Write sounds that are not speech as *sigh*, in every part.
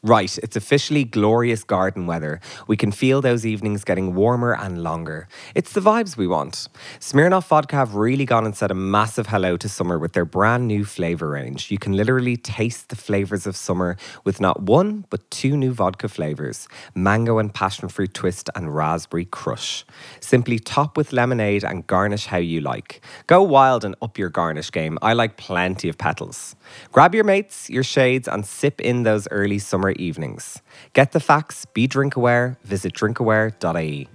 Right, it's officially glorious garden weather. We can feel those evenings getting warmer and longer. It's the vibes we want. Smirnoff Vodka have really gone and said a massive hello to summer with their brand new flavour range. You can literally taste the flavours of summer with not one, but two new vodka flavours mango and passion fruit twist and raspberry crush. Simply top with lemonade and garnish how you like. Go wild and up your garnish game. I like plenty of petals. Grab your mates, your shades, and sip in those early summer evenings. Get the facts, be drink aware, visit drinkaware.ie.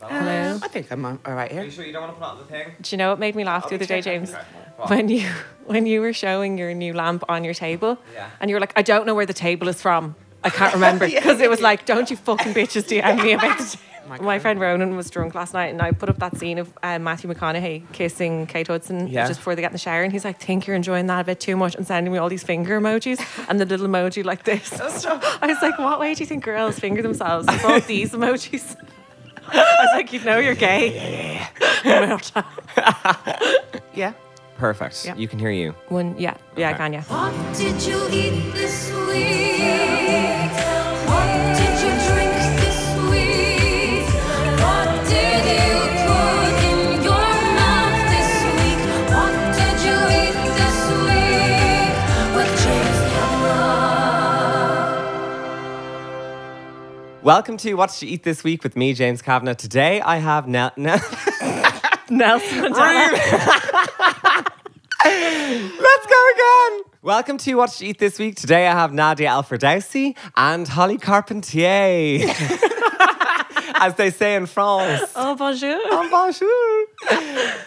Hello. I think I'm all right here. sure you don't want to put on the thing? Do you know what made me laugh the other day, James? When you *laughs* when you were showing your new lamp on your table, Yeah. and you were like, "I don't know where the table is from. I can't remember," because it was like, "Don't you fucking bitches DM me about the." My, My friend Ronan was drunk last night, and I put up that scene of uh, Matthew McConaughey kissing Kate Hudson Yeah. just before they get in the shower, and he's like, "Think you're enjoying that a bit too much," and sending me all these finger emojis and the little emoji like this. I was like, "What way do you think girls finger themselves?" It's all these emojis. *laughs* I was like, "You know you're gay." *laughs* Yeah. Perfect. Yep. You can hear you. One, yeah, yeah, I Okay. can, yeah. What did you eat this week? What did you drink this week? What did you put in your mouth this week? What did you eat this week? With James Cameron. Welcome to What Did You Eat This Week with me, James Kavanagh. Today I have Nel. Nel- *laughs* Nelson *laughs* Mandela. Let's go again! Welcome to What Did You Eat This Week. Today I have Nadia Alfredowsi and Holly *laughs* Carpentier. As they say in France. Oh, bonjour. Bonjour.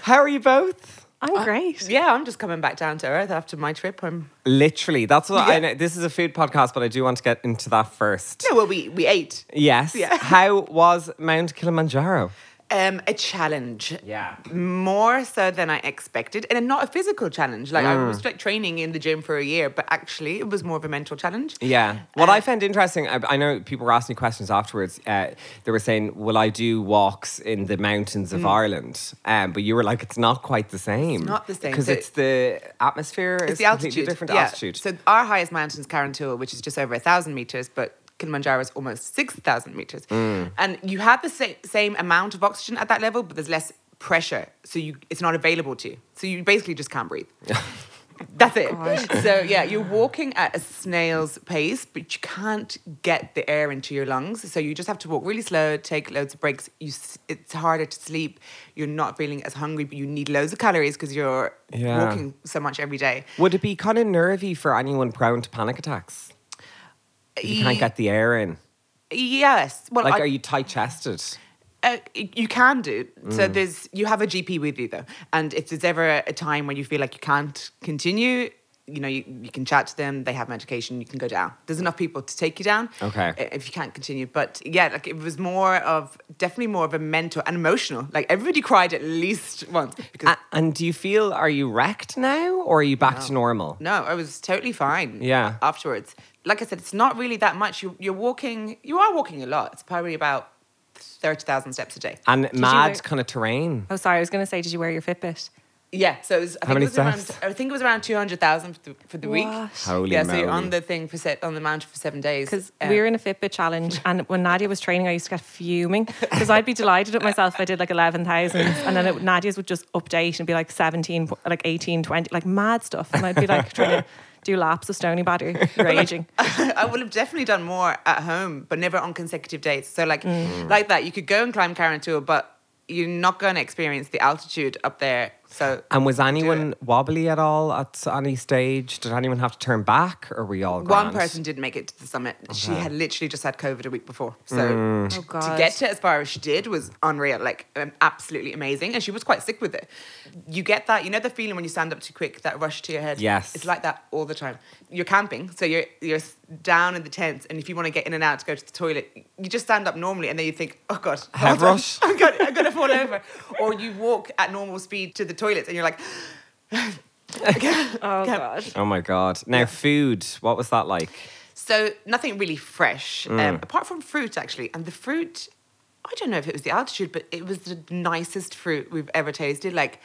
How are you both? I'm great. Yeah, I'm just coming back down to earth after my trip. I'm. Literally, that's what I Yeah. know. This is a food podcast, but I do want to get into that first. No, well, we we ate. Yes. Yeah. How was Mount Kilimanjaro? Um, a challenge. Yeah. More so than I expected, and not a physical challenge. Like I was like training in the gym for a year, but actually it was more of a mental challenge. Yeah. What Um, I found interesting, I, I know people were asking me questions afterwards. Uh, they were saying, "Will I do walks in the mountains of Ireland?" Um, but you were like, "It's not quite the same. Mm. not the same. because So- it's the atmosphere. It's, It's the completely altitude. Different yeah. altitude. So our highest mountain is Carantul, which is just over a thousand meters, but Kilimanjaro is almost six thousand meters. Mm. And you have the same same amount of oxygen at that level, but there's less pressure, so you it's not available to you. So you basically just *laughs* can't breathe. That's it. So yeah, you're walking at a snail's pace, but you can't get the air into your lungs. So you just have to walk really slow, take loads of breaks. You, s- it's harder to sleep. You're not feeling as hungry, but you need loads of calories because you're Yeah. walking so much every day. Would it be kind of nervy for anyone prone to panic attacks? If you can't Ye- get the air in. Yes. Well, Like, I- are you tight chested? uh, you can do. Mm. So there's you have a GP with you though, and if there's ever a time when you feel like you can't continue, you know you, you can chat to them. They have medication. You can go down. There's enough people to take you down. Okay. i- If you can't continue, but yeah, like it was more of definitely more of a mental and emotional. Like everybody cried at least *laughs* once because. A- and do you feel are you wrecked now or are you back to normal? no, I was totally fine. Yeah. Afterwards, like I said, it's not really that much. You, you're walking. You are walking a lot. It's probably about thirty thousand steps a day. And you mad wear- kind of terrain. Oh, sorry. I was going to say, did you wear your Fitbit? Yeah, so it was. I How think many it was around, steps? I think it was around two hundred thousand for the, for the week. What? Holy yeah, so you're moly. on the thing for set on the mountain for seven days. Because Uh, *laughs* we were in a Fitbit challenge, and when Nadia was training, I used to get fuming because I'd be delighted at myself if I did like 11,000, and then it, Nadia's would just update and be like 17, like 18, 20, like mad stuff. And I'd be like trying to do laps of Stony Batter, raging. I would have definitely done more at home, but never on consecutive days. So like Mm. like that, you could go and climb Carantul, but you're not going to experience the altitude up there. So And was anyone wobbly at all at any stage? Did anyone have to turn back or were you all one grand? person didn't make it to the summit. She Okay. Mm. had literally just had COVID a week before, so t- Oh, to God. get to as far as she did was unreal, like um, absolutely amazing. And she was quite sick with it. You get that, you know, the feeling when you stand up too quick, that rush to your head. Yes. it's like that all the time. You're camping, so you're you're s- down in the tents, and if you want to get in and out to go to the toilet, you just stand up normally, and then you think, oh god, Head hold on, rush. *laughs* I'm gonna, I'm gonna fall over, or you walk at normal speed to the toilets, and you're like. Oh, Yeah. God. Oh my god. Now food, what was that like? So nothing really fresh, Mm. um, apart from fruit actually. And the fruit, I don't know if it was the altitude, but it was the nicest fruit we've ever tasted. Like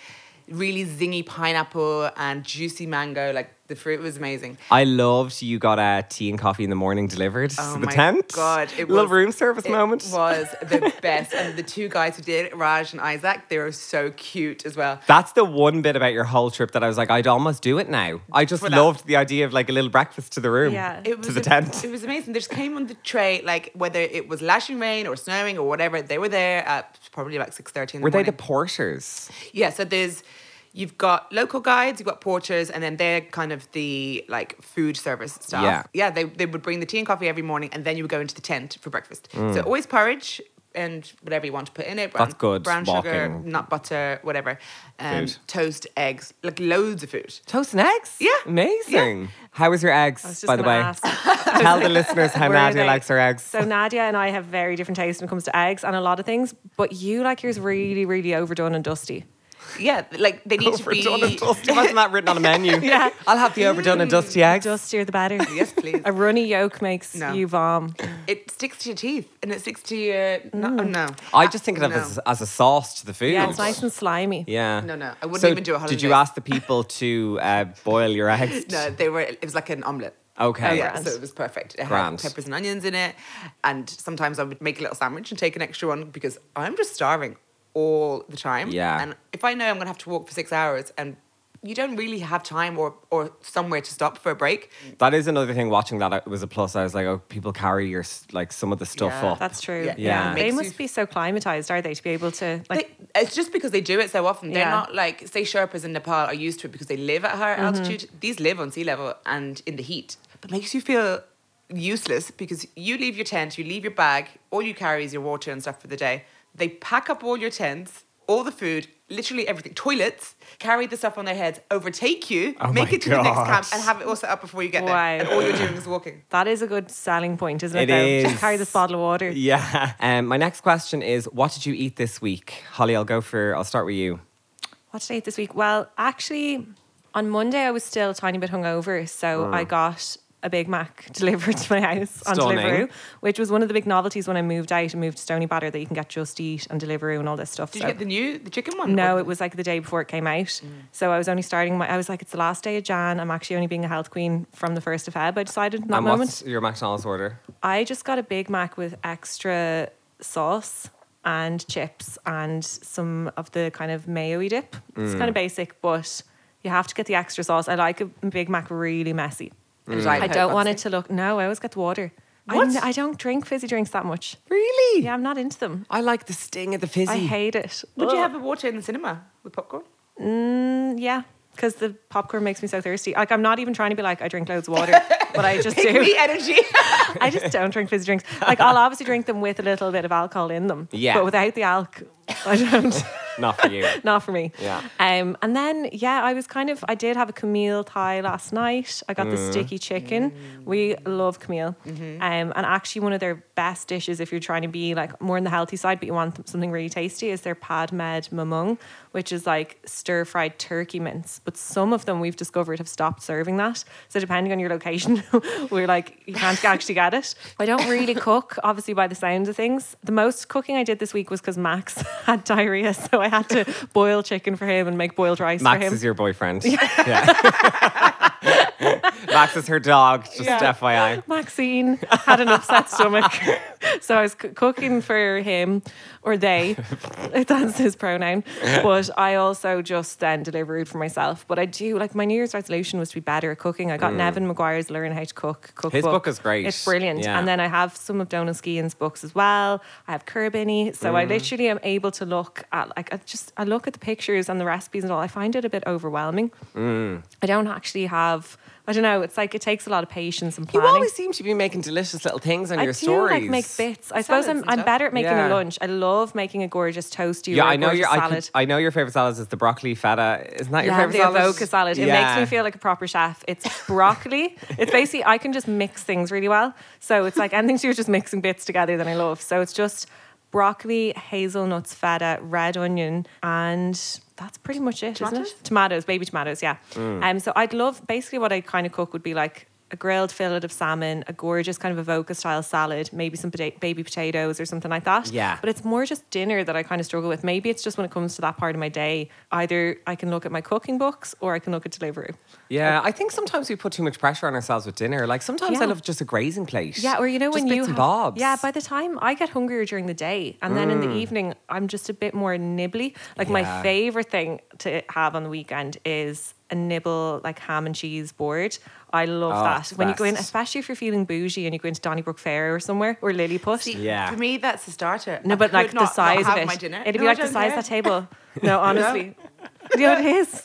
really zingy pineapple and juicy mango, like The fruit was amazing. I loved you got uh, tea and coffee in the morning delivered Oh to the my tent. God, it little was- room service it moment. was *laughs* the best. And the two guys who did it, Raj and Isaac, they were so cute as well. That's the one bit about your whole trip that I was like, I'd almost do it now. I just For that. loved the idea of like a little breakfast to the room, Yeah. to It was the a- tent. It was amazing. They just came on the tray, like whether it was lashing rain or snowing or whatever. They were there at probably like six thirty in the Were they morning. the porters? Yeah, so there's you've got local guides, you've got porters, and then they're kind of the like food service staff. Yeah. Yeah, they, they would bring the tea and coffee every morning and then you would go into the tent for breakfast. So always porridge and whatever you want to put in it. Brown, Mm. That's good, Brown sugar, walking. nut butter, whatever. Um, Food. toast, eggs, like loads of food. Toast and eggs? Yeah. Amazing. How was your eggs, I was just by the way? gonna *laughs* ask. Tell the listeners how Were Nadia they- likes her eggs. So Nadia and I have very different tastes when it comes to eggs and a lot of things, but you like yours really, really overdone and dusty. Yeah, like they need to be overdone and dusty. Wasn't that written on a menu? *laughs* Yeah. I'll have the overdone and *laughs* dusty eggs. Dustier the better. Yes, *laughs* please. A runny yolk makes No. you vom. It sticks to your teeth and it sticks to your no, oh, no. Mm. I just think of it No. as, as a sauce to the food. Yeah, it's nice and slimy. Yeah. No, no, I wouldn't So even do a Did you hollandaise. ask the people to uh, boil *laughs* your eggs? No, they were. It was like an omelet. Okay. yeah, grand. so it was perfect. It Grand. had peppers and onions in it, and sometimes I would make a little sandwich and take an extra one because I'm just starving all the time. Yeah. and if I know I'm gonna have to walk for six hours, and you don't really have time or or somewhere to stop for a break. That is another thing. Watching that it was a plus. I was like, oh, people carry your s- like some of the stuff Yeah. up. That's true. Yeah. Yeah. They Makes must you- be so climatized, are they, to be able to like they, it's just because they do it so often. They're Yeah. Mm-hmm. not like say Sherpas in Nepal are used to it because they live at higher altitude. These live on sea level and in the heat. But it makes you feel useless because you leave your tent, you leave your bag, all you carry is your water and stuff for the day. They pack up all your tents, all the food, literally everything, toilets, carry the stuff on their heads, overtake you, Oh make my it to the next God. camp, and have it all set up before you get there. Wow. And all you're doing is walking. that is a good selling point, isn't it? It though? is. Just carry this bottle of *laughs* water. yeah. Um, my next question is, what did you eat this week, Holly? I'll go for. I'll start with you. What did I eat this week? Well, actually, on Monday I was still a tiny bit hungover, so Oh. I got a Big Mac *laughs* delivered to my house on Stunning. Deliveroo, which was one of the big novelties when I moved out and moved to Stony Batter that you can get Just Eat and Deliveroo and all this stuff. Did so. you get the Mm. new the chicken one? no, Or- it was like the day before it came out. So I was only starting my. I was like, it's the last day of Jan. I'm actually only being a health queen from the first of Feb. I decided in that and moment. what's your McDonald's order? I just got a Big Mac with extra sauce and chips and some of the kind of mayo dip. It's kind of basic, but you have to get the extra sauce. I like a Big Mac really messy. It was like I Coke, don't want it obviously. to look. No, I always get the water. I What? n- I, don't drink fizzy drinks that much. Really? Yeah, I'm not into them. I like the sting of the fizzy. I hate it. Would you Ugh. have a water in the cinema with popcorn? Mm, yeah, because the popcorn makes me so thirsty. Like I'm not even trying to be like I drink loads of *laughs* water, but I just do. The energy. *laughs* I just don't drink *laughs* fizzy drinks. Like I'll obviously drink them with a little bit of alcohol in them. Yeah. But without the alcohol, *laughs* I don't. Not for you. Not for me. Yeah. Um. And then yeah, I was kind of I did have a Camille Thai last night. I got the Mm. sticky chicken. We love Camille. Mm-hmm. Um. And actually, one of their best dishes, if you're trying to be like more on the healthy side, but you want something really tasty, is their Pad Med Mamung, which is like stir fried turkey mince. But some of them we've discovered have stopped serving that. So depending on your location, *laughs* we're like you can't actually get it. I don't really cook, obviously by the sounds of things. The most cooking I did this week was because Max *laughs* had diarrhea, so I had to boil chicken for him and make boiled rice for Max him. is your boyfriend. Yeah. *laughs* Max is her dog. Just Yeah. FYI. Maxine had an *laughs* upset stomach, so I was c- cooking for him or they. *laughs* That's his pronoun. But I also just then delivered for myself. But I do like my New Year's resolution was to be better at cooking. I got Nevin McGuire's Learn How to Cook cookbook. Mm. His book is great. It's brilliant. Yeah. And then I have some of Donald Skean's books as well. I have Kerbini, so Mm. I literally am able to look at like I just I look at the pictures and the recipes and all. I find it a bit overwhelming. Mm. I don't actually have. I don't know. It's like it takes a lot of patience and You planning. always seem to be making delicious little things on I your do stories. like make bits. I suppose Salads I'm, and I'm stuff. better at making Yeah. a lunch. I love making a gorgeous toasty Yeah, or a I know gorgeous your. I, salad. could, I know your favorite salad is the broccoli feta. Isn't that yeah, your the favorite salad? avoca salad. It Yeah. makes me feel like a proper chef. It's broccoli. it's basically I can just mix things really well. So it's like anything to do with just mixing bits together that I love. So it's just broccoli, hazelnuts, feta, red onion, and that's pretty much it, Tomatoes? not it? Tomatoes, baby tomatoes, yeah. Um, so I'd love basically what I kind of cook would be like a grilled fillet of salmon, a gorgeous kind of avoca style salad, maybe some pota- baby potatoes or something like that. Yeah. But it's more just dinner that I kind of struggle with. Maybe it's just when it comes to that part of my day, either I can look at my cooking books or I can look at Deliveroo. Yeah, I think sometimes we put too much pressure on ourselves with dinner. Like sometimes I Yeah. love just a grazing plate. Yeah, or you know just when bits you and have- bobs. Yeah, by the time I get hungrier during the day, and then in the evening I'm just a bit more nibbly. Like Yeah. my favorite thing to have on the weekend is a nibble like ham and cheese board. I love Oh, that it's the when you go in, best. especially if you're feeling bougie and you go into Donnybrook Fair or somewhere or Lilliput. See, Yeah. For me, that's the starter. No, I but could like not- the not size have of it, my dinner. it'd be No, I like the don't size care. of *laughs* that table. No, honestly, you know what it is.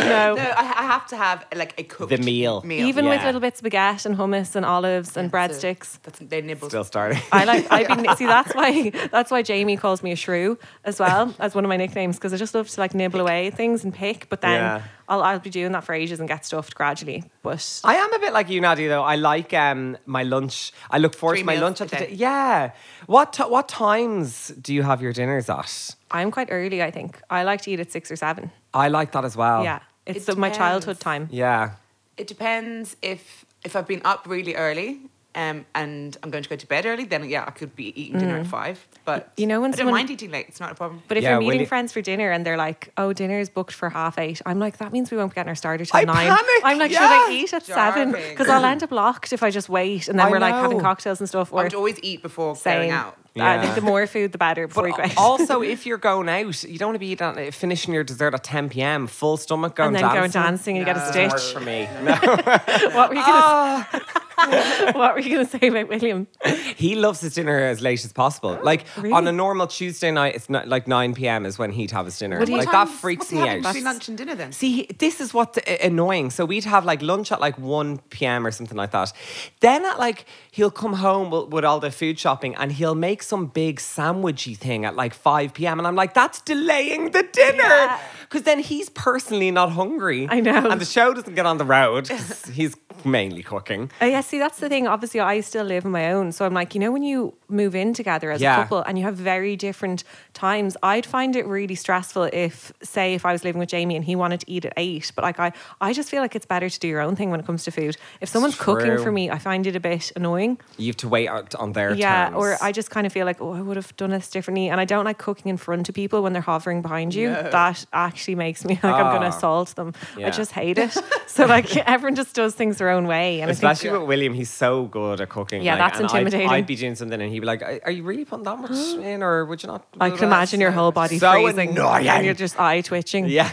No, No, I, I have to have like a cooked The meal. even with Yeah. little bits of baguette and hummus and olives and breadsticks. That's they nibbles. Still starting. I like. I've *laughs* been see. That's why. That's why Jamie calls me a shrew as well as one of my nicknames because I just love to like nibble away things and pick. But then Yeah. I'll I'll be doing that for ages and get stuffed gradually. But *laughs* I am a bit like you, Nadia, though. I like um, my lunch. I look forward Three to my meals lunch a at the day. day. Yeah. What t- what times do you have your dinners at? I'm quite early. I think I like to eat at six or seven. I like that as well. yeah, it's It my depends. childhood time. Yeah. It depends if if I've been up really early um, and I'm going to go to bed early, then yeah, I could be eating dinner at five. But Mm. you know when I don't someone- mind eating late; it's not a problem. But if Yeah, you're will meeting you- friends for dinner and they're like, "Oh, dinner is booked for half eight. I'm like, "That means we won't be getting our starter till I nine. panic, I'm like, "Should I yeah. eat at seven? Jarring. Because I'll end up locked if I just wait." And then I we're like having know. cocktails and stuff. I Or would always eat before going saying, out. I Yeah. think the more food, the better before But you go. out. also, if you're going out, you don't want to be eating, uh, finishing your dessert at 10 p.m. full stomach going *laughs* and then dancing. go dancing and No. get Doesn't a work stitch. for *laughs* me. What were you gonna? Ah. *laughs* what were you gonna say about William? He loves his dinner as late as possible. like Oh, really? on a normal Tuesday night, it's not, like 9 p.m. is when he'd have his dinner. Would he- Like What that Sometimes- freaks what's he me having out. between lunch and dinner then? See, he- this is what's a- annoying. So we'd have like lunch at like 1 p.m. or something like that. Then at like, he'll come home with, with all the food shopping and he'll make some big sandwichy thing at like 5 p.m. And I'm like, that's delaying the dinner. Yeah. Because then he's personally not hungry. I know. And the show doesn't get on the road *laughs* 'cause he's mainly cooking. Oh yeah, see that's the thing. Obviously, I still live on my own, so I'm like, you know, when you move in together as Yeah. a couple and you have very different times, I'd find it really stressful if, say, if I was living with Jamie and he wanted to eat at eight, but like I, I just feel like it's better to do your own thing when it comes to food. If someone's cooking true. for me, I find it a bit annoying. You have to wait out on their yeah, terms. or I just kind of feel like, oh, I would have done this differently. And I don't like cooking in front of people when they're hovering behind you. That actually makes me *laughs* like I'm going Ah. to assault them. Yeah. I just hate *laughs* it. so like *laughs* everyone just does things their own way, and I think Especially with William, he's so good at cooking. Yeah, like, that's and I'd- intimidating. I'd, be doing something and he'd be like, "Are are you really putting that *gasps* much in, or would you not?" I can imagine your whole body So freezing annoying. and you're just eye twitching. Yeah,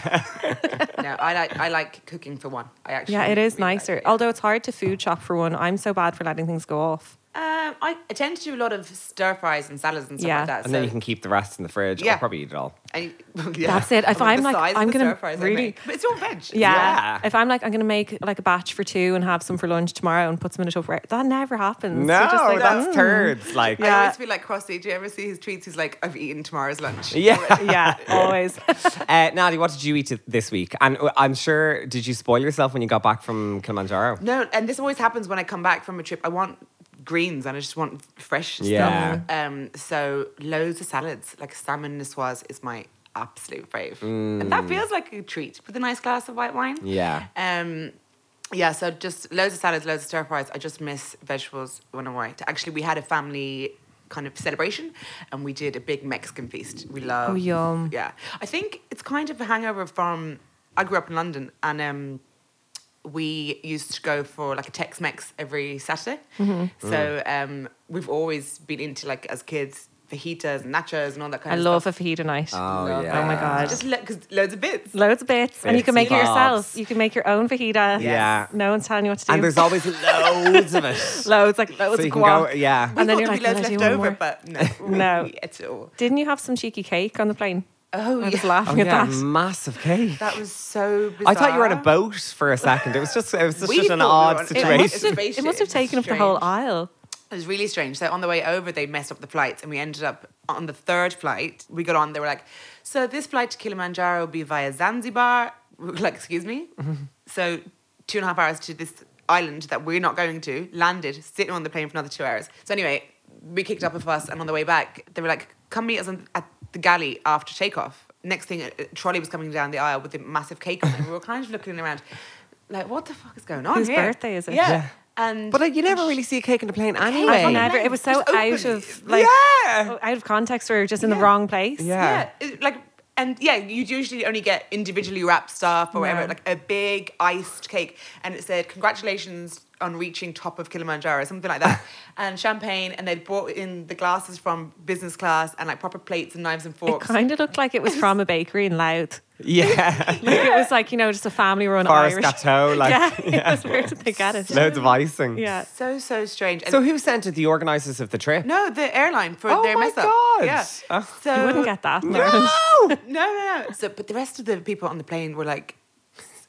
no, I like I like cooking for one. I actually Yeah, it is really like nicer. it. Although it's hard to food shop for one. I'm so bad for letting things go off. Um, I I tend to do a lot of stir fries and salads and stuff Yeah. like that. and then so- you can keep the rest in the fridge. Yeah. I'll probably eat it all. I, *laughs* yeah. That's it. If I mean, I'm the like, size of I'm the gonna stir-fries I really- make. but it's all veg. Yeah. Yeah. If I'm like, I'm going to make like a batch for two and have some for lunch tomorrow and put some in a Tupperware, that never happens. No, You're just like, that's "Mm." turds. Like, I Yeah. always feel like Crossy. Do you ever see his tweets? He's like, I've eaten tomorrow's *laughs* lunch. yeah. *laughs* *laughs* Yeah, always. Uh, Nadia, what did you eat this week? And uh, I'm sure, did you spoil yourself when you got back from Kilimanjaro? No, and this always happens when I come back from a trip. I want greens and I just want fresh Yeah. stuff. Um, so loads of salads, like salmon niçoise is my absolute fave. And Mm. that feels like a treat with a nice glass of white wine. Yeah. Um, yeah, so just loads of salads, loads of stir fries. I just miss vegetables when I'm out. Actually, we had a family kind of celebration and we did a big Mexican feast. We love. Oh, yum. Yeah. I think it's kind of a hangover from. I grew up in London and. um we used to go for like a Tex Mex every Saturday. Mm-hmm. So um, we've always been into like as kids fajitas and nachos and all that kind I of love a stuff. fajita night. Oh, Love yeah. Oh my God. Just because loads of bits. Loads of bits. and you can Bits make and it bobs. yourself. You can make your own fajita. Yeah. No one's telling you what to do. And there's *laughs* always loads of it. So loads, like loads you of can guac. go, yeah. We And then thought you're there'd be like, loads "Can left I do over, one but no, we *laughs* No. didn't eat it all. Didn't you have some cheeky cake on the plane? Oh, I was yeah. Oh, laughing at yeah, that. massive cake. That was so bizarre. I thought you were on a boat for a second. It was just, it was just, We such an odd thought we were on- situation. it must Must have- it must have taken up the whole aisle. It was really strange. So on the way over, they messed up the flights, and we ended up on the third flight. We got on. They were like, "So this flight to Kilimanjaro will be via Zanzibar." *laughs* We were like, "Excuse me." Mm-hmm. So two and a half hours to this island that we're not going to. Landed, sitting on the plane for another two hours. So anyway, we kicked up a fuss, and on the way back, they were like, "Come meet us on, at the galley after takeoff." Next thing, a a trolley was coming down the aisle with a massive cake on it. We were kind of looking around. like, what the fuck is going on? Whose here? birthday is it? Yeah. Yeah. And But like, you never really see a cake in a plane I've anyway. never- it was so Just open out it. of like Yeah. out of context or just in Yeah. the wrong place. Yeah. yeah, it- like and yeah, you usually only get individually wrapped stuff or whatever, Yeah. like a big iced cake, and it said congratulations on reaching top of Kilimanjaro, something like *laughs* that, and champagne, and they brought in the glasses from business class and like proper plates and knives and It forks. kind of looked like it was from a bakery in Louth. *laughs* Yeah. *laughs* Like it was like, you know, just a family run Forest Irish. Gateau, like *laughs* yeah, it was weird to think at it. loads of icing. Yeah. so so strange. And So who sent it? The organisers of the trip? no, the airline for Oh their my mess up. God. Yeah. Oh. So You wouldn't get that. in Ireland. No. no, no, no. So, but the rest of the people on the plane were like,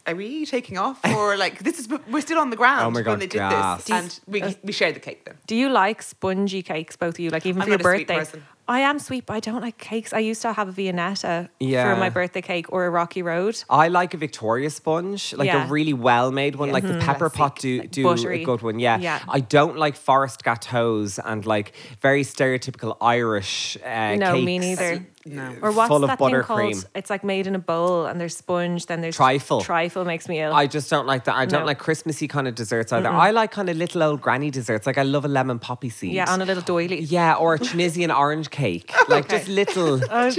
"Are we taking *laughs* off?" Or like, "This is we're still on the ground." Oh my God, When they did gasp. this, and we we shared the cake then. Do you like spongy cakes, both of you? Like even I'm for your not a sweet birthday? person. I am sweet, but I don't like cakes. I used to have a Viennetta Yeah. for my birthday cake or a Rocky Road. *laughs* I like a Victoria sponge, like Yeah. Mm-hmm. a really well made one, Yeah. like the pepper Classic, pot do, do a buttery. good one. Yeah. Yeah. I don't like forest gateaus and like very stereotypical Irish uh, no, cakes. me neither. No. Or what's Full of that thing buttercream. called? It's like made in a bowl and there's sponge, then there's Trifle. Trifle makes me ill. I just don't like that. I don't No. like Christmassy kind of desserts either. I like kind of little old granny desserts. Like I love a lemon poppy seed. yeah, on a little doily. Yeah, or a Tunisian orange cake. Like just little. *laughs* Uh,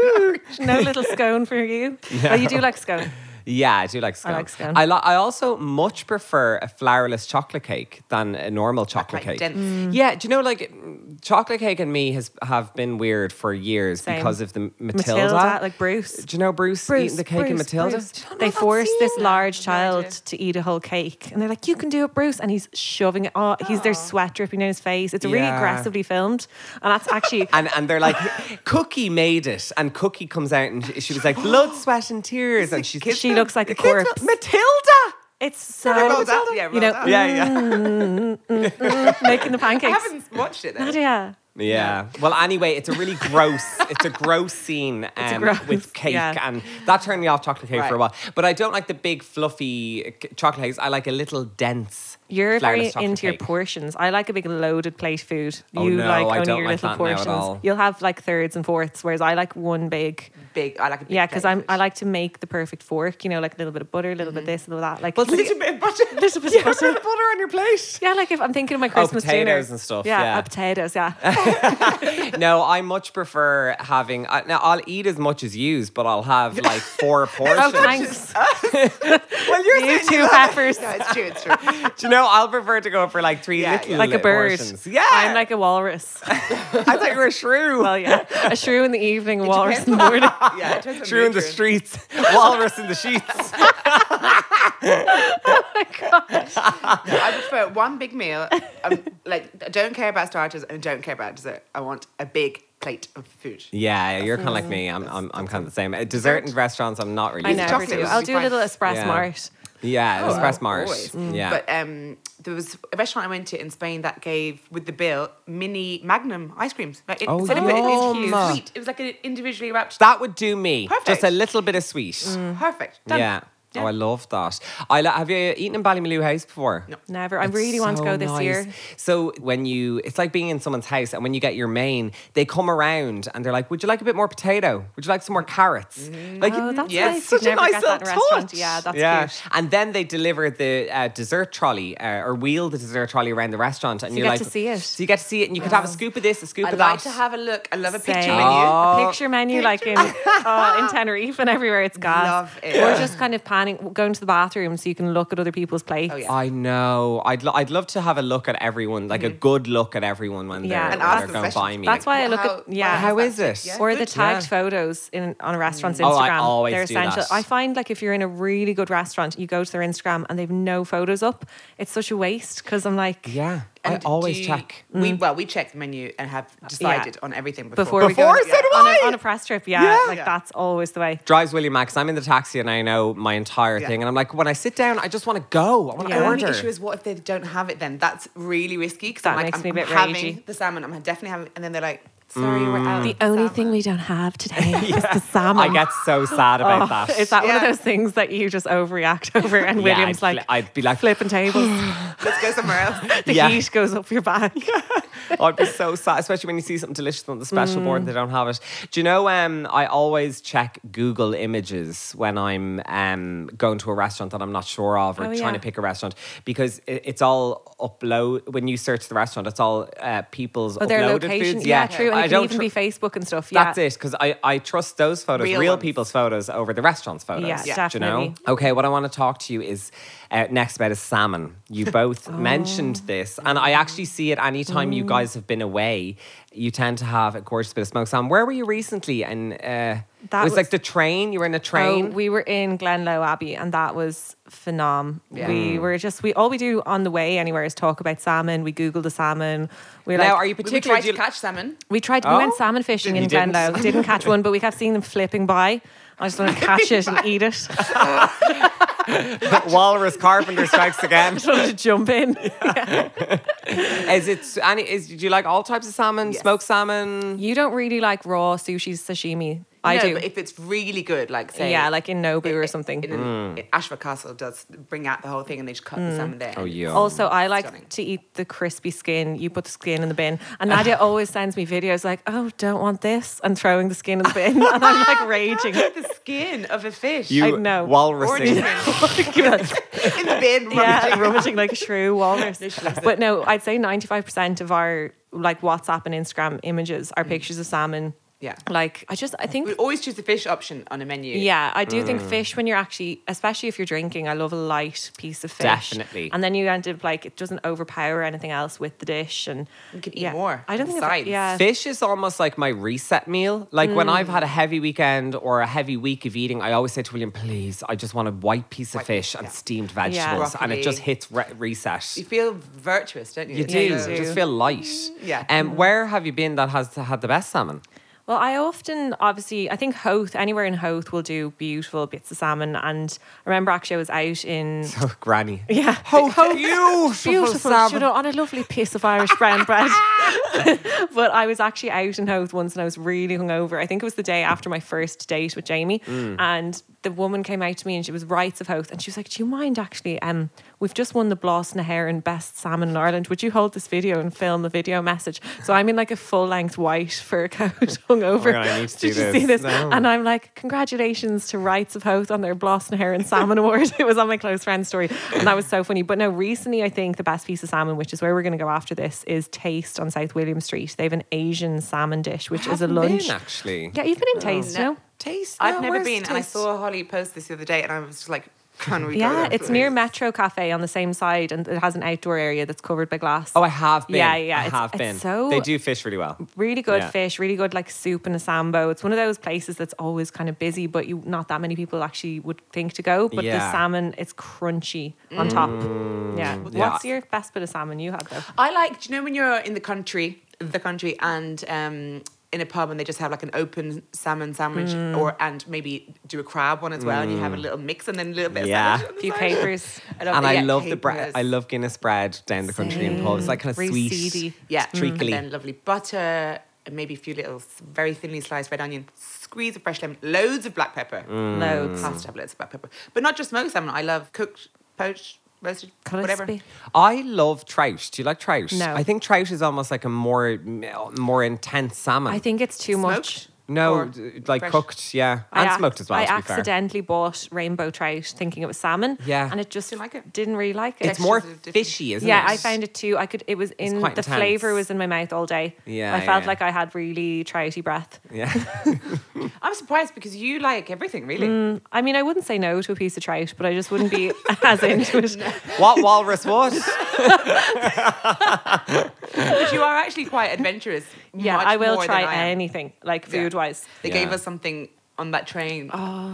*laughs* No little scone for you. No. you do like scone. Yeah, I do like scone. like scone. I, li- I also much prefer a flourless chocolate cake than a normal chocolate cake. quite dense. Yeah, do you know like mm, chocolate cake and me has have been weird for years Same. because of the Matilda. Matilda, like Bruce. do you know Bruce, Bruce, eating the cake in Bruce, Matilda? Bruce. They forced this large child to eat a whole cake, and they're like, "You can do it, Bruce!" And he's shoving it. Oh, he's there's sweat dripping down his face. It's really Yeah. aggressively filmed, and that's *laughs* actually And, and they're like, Cookie made it. And Cookie comes out and she, she was *gasps* like, blood, sweat, and tears. And she's she looks like a Kids will- corpse. Matilda! It's so they rolled out. Yeah, you rolled know, out. Yeah, Mm. yeah. making the I pancakes. haven't watched it. Though. Nadia, Yeah. Well, anyway, it's a really gross. it's a gross scene um, gross- with cake, yeah. and that turned me off chocolate cake for a Right. while. But I don't like the big fluffy c- chocolate cakes. I like a little dense. you're flourless very chocolate into your cake. portions. I like a big loaded plate food. Oh, you no, like I only don't your like little that now at portions. all. You'll have like thirds and fourths, whereas I like one big. Big. I like a big Yeah, because plate I'm of I it. like to make the perfect fork. You know, like a little bit of butter, a little Mm-hmm. bit this, a little that. Like But a little bit *laughs* of butter. little *laughs* bit of butter. butter on your plate. Yeah, like if I'm thinking of my Christmas dinner. potatoes and stuff, Yeah, yeah. uh, *laughs* potatoes. Yeah, *laughs* No, I much prefer having. I now I'll eat as much as yous, but I'll have like four portions. oh, *laughs* thanks. *laughs* Well, you're You saying- two peppers. No, it's true. It's true. Do you know? I'll prefer to go for like three Yeah, little yeah. Like a bird. portions. Yeah, I'm like a walrus. I thought you were a shrew. Well, yeah, a shrew in the evening, a walrus depends in the *laughs* morning. Yeah, it depends on shrew in the nature. streets, *laughs* walrus in the sheets. I prefer one big meal. Um, like, I don't care about starters and don't care about dessert. I want a big plate of food. Yeah, you're kind of like me. I'm, I'm, I'm kind of the same. Uh, Dessert in restaurants, I'm not really. I into never chocolate chocolate. do. would I'll Oh, be do a fine. little espresso Yeah. mart. Yeah, it was press marsh. Always. Mm. Mm, Yeah. But um, there was a restaurant I went to in Spain that gave with the bill mini Magnum ice creams. Like it, Oh, instead of it, it yum. was sweet. It was like an individually wrapped. that would do me. Just Perfect. a little bit of sweet. Mm. perfect. Done. Yeah. Yeah. Oh, I love that. I lo- have you eaten in Ballymaloe House before? No. Never. I really want to So go this nice. year. So when you, it's like being in someone's house, and when you get your main, they come around and they're like, "Would you like a bit more potato? Would you like some more carrots?" Like, Oh, that's yeah, nice. such You'd a never nice get little that in a restaurant. touch. Yeah, that's cute. And then they deliver the uh, dessert trolley uh, or wheel the dessert trolley around the restaurant, and you are get like, to see it. Oh. So you get to see it, and you could have a scoop of this, a scoop I of like that. to have a look. I love a picture Same. menu. Oh. A picture menu, like in oh, in Tenerife and everywhere. It's gas. Love it. Or just kind of panning, going to the bathroom so you can look at other people's plates. yeah. I know. I'd lo- I'd love to have a look at everyone, like a good look at everyone when Mm-hmm. Yeah. they're, And when ask they're them going questions. by me. That's why I Well, look how- at yeah. How is it? Yeah. or the Good. tagged Yeah. photos in on a restaurant's Oh, Instagram. I always They're do essential. that. I find like if you're in a really good restaurant, you go to their Instagram and they've no photos up. It's such a waste because I'm like, yeah, And I always do you- check. We well, we check the menu and have decided on everything before. Mm. before, Before, we go so do on, I. A, on a press trip, yeah, Yeah. like Yeah. that's always the way. Drives William Max. I'm in the taxi and I know my entire Yeah. thing, and I'm like, when I sit down, I just want to go. I want to Yeah. The only order. issue is what if they don't have it then? That's really risky because I'm That like, makes I'm, me a bit I'm having ragey. the salmon, I'm definitely having, and then they're like, Sorry, we're Mm. out. The of only salmon. thing we don't have *laughs* today is the salmon. I get so sad *laughs* about that. Oh, Is that one of Yeah. those things that you just overreact *laughs* over? And Yeah, William's I'd like, fli- I'd be like, flipping tables. *laughs* *gasps* Let's go somewhere *laughs* else. the Yeah. heat goes up *laughs* your back. I'd be so sad, especially when you see something delicious on the special board and they don't have it. Do you know? Um, I always check Google Images when I'm um, going to a restaurant that I'm not sure of or Oh, trying yeah. to pick a restaurant because it, it's all upload. When you search the restaurant, it's all uh, people's But Oh, their uploaded location, foods. yeah, true. And I it can don't even tr- be Facebook and stuff. That's yeah. it, because I, I trust those photos, real, Real ones. people's photos, over the restaurant's photos. Yeah, do you know? definitely. Okay, what I want to talk to you is uh, next about is salmon. *laughs* You Oh. both mentioned this, and I actually see it anytime Mm. you guys have been away. You tend to have a gorgeous bit of smoked salmon. Where were you recently? And uh, That it was, was- like the train. You were in a train. Oh, we were in Glenlow Abbey, and that was phenom. Hmm. We were just we all we do on the way anywhere is talk about salmon. We Google the salmon. We're now, like, are you We would particularly? try do you- to catch salmon. We tried. Oh? We went salmon fishing You in didn't? Glenlow. Didn't catch one, but we kept seeing them flipping by. I just want to catch it *laughs* and eat it. *laughs* I Walrus *laughs* Carpenter strikes again. just wanted to jump in. is it any? Is do you like all types of salmon? Yes. Smoked salmon. You don't really like raw sushi sashimi. I no, do. But if it's really good, like say, yeah, like in Nobu or something. in, an Ashford Castle does bring out the whole thing, and they just cut Mm. the salmon there. Mm. Oh yeah. Also, I like stunning. to eat the crispy skin. You put the skin in the bin. And *laughs* Nadia always sends me videos like, oh, don't want this, and throwing the skin in the bin. *laughs* And I'm like raging. *laughs* the skin of a fish. you I know. Orange walrusing. skin. in the bin. *laughs* yeah, rummaging. rummaging like a shrew walrus. *laughs* but no, I'd say 95% of our like WhatsApp and Instagram images are pictures of salmon. Yeah. Like, I just, I think We always choose the fish option on a menu. Yeah, I do think fish when you're actually, especially if you're drinking, I love a light piece of fish. Definitely. And then you end up like it doesn't overpower anything else with the dish, and You can eat yeah. more I don't think besides. I've, yeah. Fish is almost like my reset meal. Like when I've had a heavy weekend or a heavy week of eating, I always say to William, please, I just want a white piece of White fish piece, and yeah. steamed vegetables. And it Broccoli. just hits re- reset. You feel virtuous, don't you? You do. Yeah, you you do. just feel light. Yeah. And um, where have you been that has had the best *laughs* salmon? Well, I often, obviously, I think Hoth, anywhere in Hoth will do beautiful bits of salmon. And I remember actually I was out in. Granny. Yeah. Oh, *laughs* how beautiful, beautiful, salmon. you know, on a lovely piece of Irish brown *laughs* bread. *laughs* but I was actually out in Hoth once and I was really hungover. I think it was the day after my first date with Jamie. Mm. And the woman came out to me and she was Rights of Hoth. And she was like, Do you mind actually? Um, we've just won the Bloss na Heron Best Salmon in Ireland. Would you hold this video and film a video message? So I'm in like a full length white fur coat *laughs* hungover. Oh God, I need to Did do you this. see this? No. And I'm like, Congratulations to Rights of Hoth on their Bloss na Heron Salmon Award. *laughs* it was on my close friend's story. And that was so funny. But no, recently I think the best piece of salmon, which is where we're going to go after this, is Taste on South William Street. They have an Asian salmon dish, which is a Haven't lunch. Been, actually. Yeah, you've been in Taste, no? Taste. I've no, never where's been, and I Taste? saw Holly post this the other day, and I was just like, "Can we go Yeah, there, it's please? near Metro Cafe on the same side, and it has an outdoor area that's covered by glass. Oh, I have been. Yeah, yeah, I it's- have it's been. so- they do fish really well. really good Yeah. fish, really good like soup and a sambo. It's one of those places that's always kind of busy, but you not that many people actually would think to go. But Yeah. Mm. the salmon, it's crunchy on top. Yeah. Yeah. What's your best bit of salmon you had though? I like. Do you know when you're in the country, the country, and um, in a pub, and they just have like an open salmon sandwich, Mm. or and maybe do a crab one as well, and you have a little mix, and then a little bit. Yeah. Of salmon. A few capers. And I yeah, love the bread. capers. I love Guinness bread down the country in pubs. It's like kind of Very sweet, seedy. Mm, Yeah, Mm. treacly. And then lovely butter, and maybe a few little s- very thinly sliced red onion, squeeze of fresh lemon, loads of black pepper. Loads. Has to have loads of black pepper, but not just smoked salmon. I love cooked, poached, roasted, whatever. Crispy. I love trout. Do you like trout? No. I think trout is almost like a more more intense salmon. I think it's too much. Smoked? no, Or d- like fresh? cooked, yeah, I and ac- smoked as well. I to be fair. accidentally bought rainbow trout thinking it was salmon. Yeah. And it just Didn't like it? didn't really like it. It's more Textures are different. fishy, isn't yeah, it? I found it too. I could. It was in the quite intense. flavor was in my mouth all day. Yeah, I felt yeah. like I had really trouty breath. *laughs* Yeah, I'm surprised because you like everything, really. I mean, I wouldn't say no to a piece of trout, but I just wouldn't be *laughs* as into *laughs* it. what walrus? What? But you are actually quite adventurous. Yeah, much I will more try than I am. anything, like Yeah. food wise. They Yeah. gave us something on that train. Oh,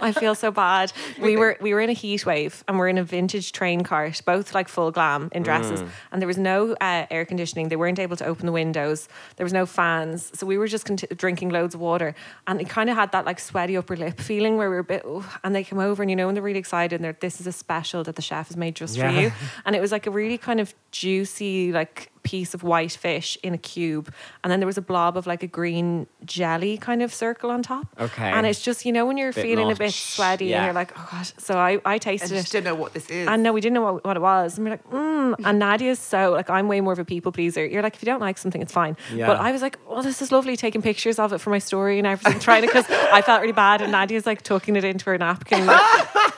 I feel *laughs* so bad. We were we were in a heat wave and we're in a vintage train cart, both like full glam in dresses, Mm. and there was no uh, air conditioning. They weren't able to open the windows. There was no fans, so we were just conti- drinking loads of water, and it kind of had that like sweaty upper lip feeling where we were a bit. "Ugh," and they came over, and you know, when they're really excited, *laughs* and they're this is a special that the chef has made just Yeah. for you, and it was like a really kind of juicy like. piece of white fish in a cube, and then there was a blob of like a green jelly kind of circle on top. Okay. And it's just you know when you're Bit feeling a bit much, sweaty yeah. and you're like oh gosh. So I I I tasted just it. don't know what this is. And no, we didn't know what, what it was. And we're like, mm. And Nadia's so, like, I'm way more of a people pleaser. You're like, if you don't like something, it's fine. Yeah. But I was like, oh, this is lovely, taking pictures of it for my story and everything, trying it because I felt really bad. And Nadia's like tucking it into *laughs* her napkin. Like,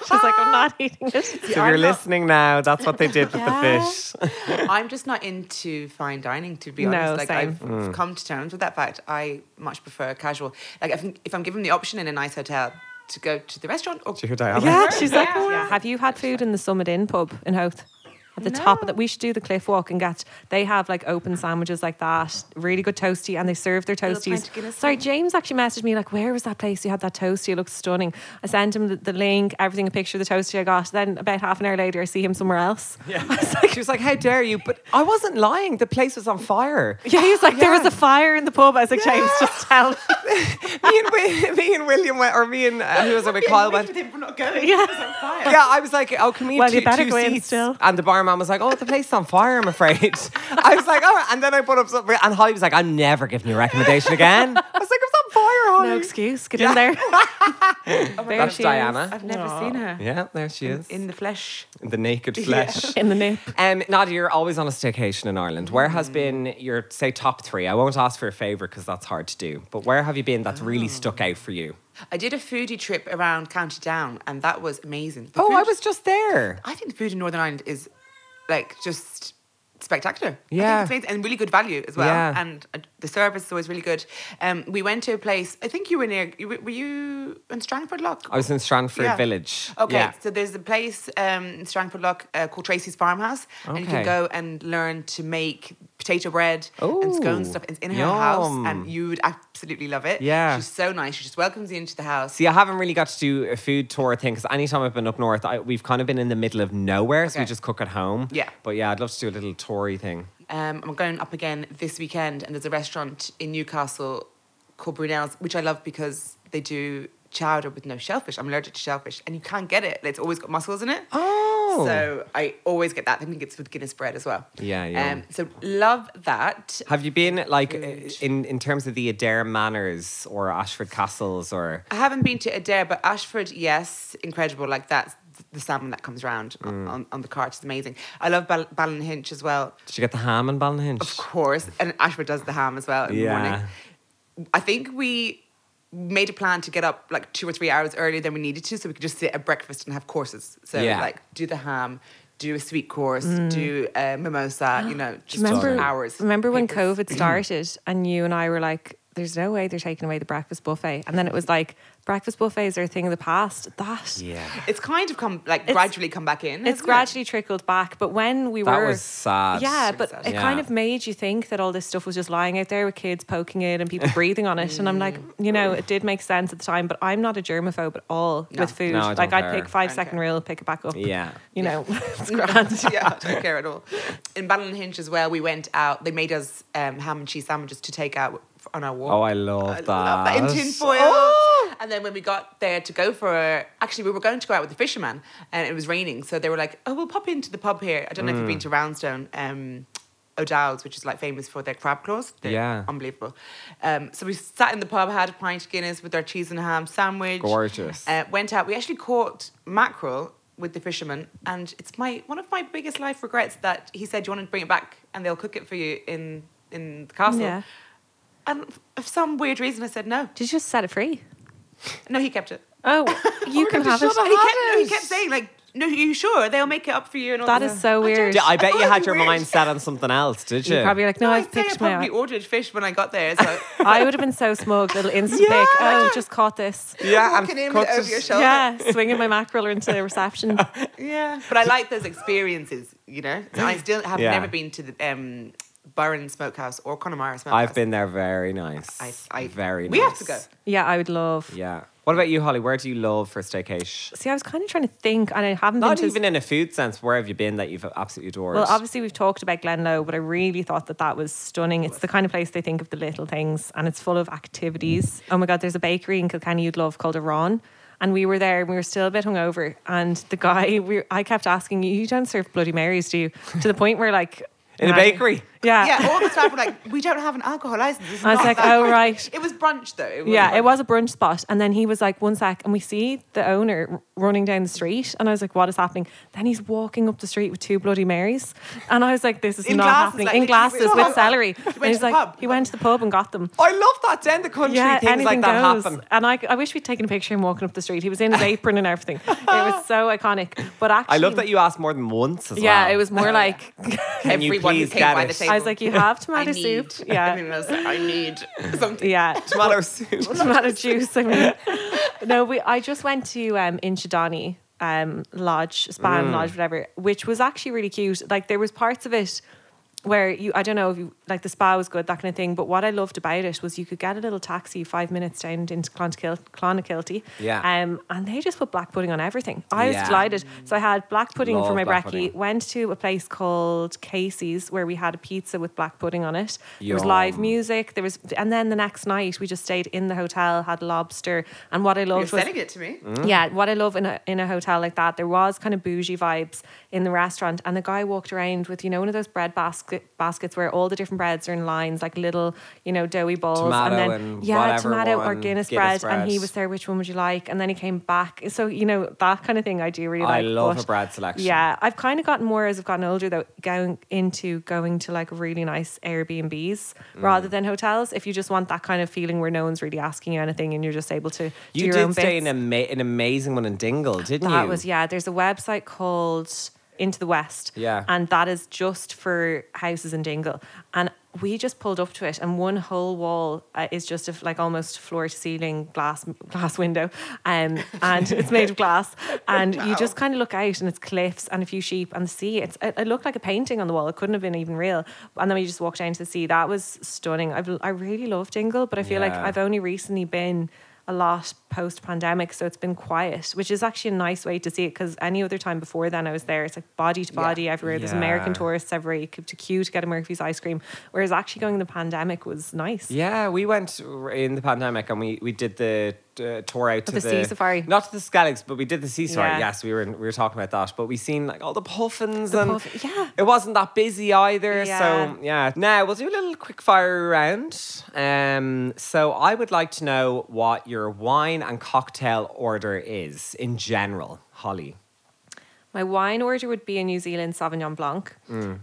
she's like, I'm not eating it. So I'm you're not- listening now. That's what they did with Yeah. the fish. I'm just not into fine dining, to be No, honest. Like same. I've come to terms with that fact. I much prefer casual. Like if, if I'm given the option in a nice hotel to go to the restaurant or Do you hear Diana? Yeah, she's like, Yeah. "Oh, have you had food in the Summit Inn pub in Hoth? At the top of that, we should do the cliff walk and get. They have like open sandwiches like that, really good toasty, and they serve their Little pint of toasties. Guinness. Sorry, James actually messaged me like, "Where was that place you had that toasty? It looks stunning." I sent him the, the link, everything, a picture of the toasty I got. Then about half an hour later, I see him somewhere else. *laughs* Yeah, I was like, She was like, "How dare you?" But I wasn't lying. The place was on *laughs* fire. yeah, he was like, "There was a fire in the pub." I was like, "James, just tell." me." *laughs* me and Wi- *laughs* me and William went, or me and uh, who was it with Kyle went. with him, we're not going. Yeah. It's on fire. Yeah, I was like, "Oh, can *laughs* we Well, have two, you better two go in seats?" still. And the barman was like, "Oh, the place's on fire. I'm afraid." *laughs* I was like, "All right." And then I put up something, and Holly was like, "I'm never giving you a recommendation *laughs* again." I was like, "It was on fire, Holly." no excuse. Get in there. *laughs* there That's she is. Diana. Oh I've never Aw. seen her Yeah, there she is in the flesh. the naked flesh. in the nip. Um, Nadia, you're always on a staycation in Ireland. Where Mm. has been your say top three? I won't ask for a favour because that's hard to do. But where have you been that's really Oh. stuck out for you? I did a foodie trip around County Down, and that was amazing. The Oh, I food- was just there. I think the food in Northern Ireland is like just spectacular. I think Yeah. it's amazing and really good value as well. Yeah. And uh, the service is always really good. Um, we went to a place. I think you were near. you Were were you in Strangford Lock? I was in Stranford Yeah. Village. Okay, Uh, Yeah. so there's a place um, in Strangford Lock uh, called Tracy's Farmhouse, and you Okay. can go and learn to make potato bread and scones Ooh, and stuff. It's in her house, yum. and you would absolutely love it. Yeah. she's so nice. She just welcomes you into the house. See, I haven't really got to do a food tour thing because anytime I've been up north, I, we've kind of been in the middle of nowhere, so we Okay. just cook at home. Yeah. But yeah, I'd love to do a little toury thing. Um, I'm going up again this weekend, and there's a restaurant in Newcastle called Brunel's, which I love because they do chowder with no shellfish. I'm allergic to shellfish, and you can't get it. It's always got mussels in it. Oh. So I always get that. I think it's with Guinness bread as well. Yeah, yeah. Um, so love that. Have you been like uh, Food. in in terms of the Adair Manors or Ashford Castles or? I haven't been to Adair, but Ashford, yes, incredible. Like that's the salmon that comes round Mm. on, on, on the cart is amazing. I love Bal- Ballinhinch as well. Did you get the ham and Ballinhinch? Of course. And Ashford does the ham as well in Yeah. the morning. I think we made a plan to get up like two or three hours earlier than we needed to so we could just sit at breakfast and have courses. So Yeah. like do the ham, do a sweet course, do a mimosa, you know, just Mm. remember for hours. Remember when Papers. COVID started *clears throat* and you and I were like, "There's no way they're taking away the breakfast buffet," and then it was like, "Breakfast buffets are a thing of the past." That Yeah. It's kind of come like gradually come back in. it's hasn't it? gradually trickled back, but when we That were was sad. Yeah, Really but sad. it kind Yeah. of made you think that all this stuff was just lying out there with kids poking it and *laughs* people breathing on it. And I'm like, you know, it did make sense at the time, but I'm not a germaphobe at all No. with food. No, I don't like I'd care. pick five I don't second care. rule, pick it back up. Yeah. You know, it's grand. *laughs* yeah, I don't care at all. In Ballinhinch as well, we went out. They made us um, ham and cheese sandwiches to take out on our walk. Oh, I love that. Oh. in tin foil. *laughs* And then when we got there to go for a, actually we were going to go out with the fisherman, and it was raining, so they were like, "Oh, we'll pop into the pub here." I don't know if you've Mm. been to Roundstone. Um, O'Dowd's, which is like famous for their crab claws. They're Yeah. Unbelievable. Um, so we sat in the pub, had a pint of Guinness with our cheese and ham sandwich. Gorgeous. Uh, went out. We actually caught mackerel with the fisherman, and it's my one of my biggest life regrets that he said, "Do you want to bring it back, and they'll cook it for you in in the castle." *laughs* *laughs* Yeah. And for some weird reason, I said no. Did you just set it free? No, he kept it. Oh, *laughs* you can have it. And he kept, no, he kept saying like, "No, are you sure they'll make it up for you?" And all That this. *laughs* is so weird. Yeah, I bet you Oh, had your weird. mind set on something else, did you? You're probably like, no, No, I I've think I picked my probably ordered fish when I got there. *laughs* So I would have been so smug, little instant Yeah. pick. Oh, just *laughs* caught this. yeah, walking in with it over your shoulder. Yeah, swinging my mackerel into *laughs* the reception. Yeah, but I like those experiences, you know. So I still have Yeah. never been to the um, Burren Smokehouse or Connemara Smokehouse. I've been there. Very nice. I, I, very. We nice. have to go. Yeah, I would love. Yeah. What about you, Holly? Where do you love for staycation? See, I was kind of trying to think, and I haven't Not been to. even in a food sense. Where have you been that you've absolutely adored? well, obviously we've talked about Glenlow, but I really thought that that was stunning. It's the kind of place they think of the little things, and it's full of activities. Oh my God, there's a bakery in Kilkenny you'd love called Iran. And we were there, and we were still a bit *laughs* hungover. And the guy, we, I kept asking, "You don't serve Bloody Marys, do you?" To the point where, like, in a Nadia. bakery. Yeah. yeah, all the staff were like, "We don't have an alcohol license." It's I was not like, that "Oh, brunch." right. It was brunch though. It Yeah, brunch. it was a brunch spot. And then he was like, one sec. And we see the owner r- running down the street. And I was like, what is happening? Then he's walking up the street with two Bloody Marys. And I was like, this is In not glasses, happening. like, in like, glasses he with went- celery. he went and he's to the like, pub. he went to the pub and got them. I love that. Down the country, Yeah, things like anything that goes. happen. And I, I wish we'd taken a picture of him walking up the street. He was in *laughs* his apron and everything. It was so iconic. But actually, I love that you asked more than once as Yeah, well. it *laughs* was more like *laughs* Can you Everyone who please came get by it? *laughs* the table. I was like, you have *laughs* I tomato need. soup. Yeah, and *laughs* I was like, I *laughs* need something. yeah. *laughs* tomato *laughs* soup. tomato juice. I mean, *laughs* no, we. I just went to um, Inchidani um, Lodge, Spa Mm. and Lodge, whatever, which was actually really cute. Like there was parts of it where you, I don't know if you like the spa was good, that kind of thing. But what I loved about it was you could get a little taxi five minutes down into Clonakil- Clonakilty, Yeah. um, and they just put black pudding on everything. I was Yeah. delighted. So I had black pudding for Love my black brekkie. pudding. Went to a place called Casey's where we had a pizza with black pudding on it. There was Yum. live music. There was, and then the next night we just stayed in the hotel, had lobster, and what I You're loved was. selling it to me. Mm-hmm. Yeah, what I love in a, in a hotel like that, there was kind of bougie vibes in the restaurant, and the guy walked around with you know one of those bread basket baskets where all the different breads are in lines, like little you know doughy balls, Tomato and then and yeah, whatever tomato or one, Guinness, Guinness bread, and he bread. was there. Which one would you like? And then he came back, so you know that kind of thing. I do really I like. love but- a bread selection. Yeah, I've kind of gotten more as I've gotten older though, going into going to like really nice Airbnbs Mm. rather than hotels. If you just want that kind of feeling where no one's really asking you anything and you're just able to do You your own did bits. stay in ama- an amazing one in Dingle, didn't That you? was yeah. There's a website called Into the West. Yeah. And that is just for houses in Dingle. And we just pulled up to it, and one whole wall uh, is just of like almost floor to ceiling glass glass window, um, and it's made *laughs* of glass. And you just kind of look out, and it's cliffs and a few sheep and the sea. It's it, it looked like a painting on the wall. It couldn't have been even real. And then we just walked down to the sea. That was stunning. I've, I really love Dingle, but I feel like Yeah. I've only recently been a lot post pandemic, so it's been quiet, which is actually a nice way to see it because any other time before then I was there, it's like body to body everywhere. There's American Yeah. tourists everywhere. You could to queue to get a Murphy's ice cream. Whereas actually going in the pandemic was nice. Yeah, we went r- in the pandemic and we, we did the uh, tour out to the sea safari. Not to the Skelligs, but we did the sea safari. Yeah. Yes, we were in, we were talking about that, but we seen like all the puffins The and puff- yeah. it wasn't that busy either. Yeah. So yeah, now we'll do a little quick fire round. Um, so I would like to know what your wine and cocktail order is in general, Holly. My wine order would be a New Zealand Sauvignon Blanc.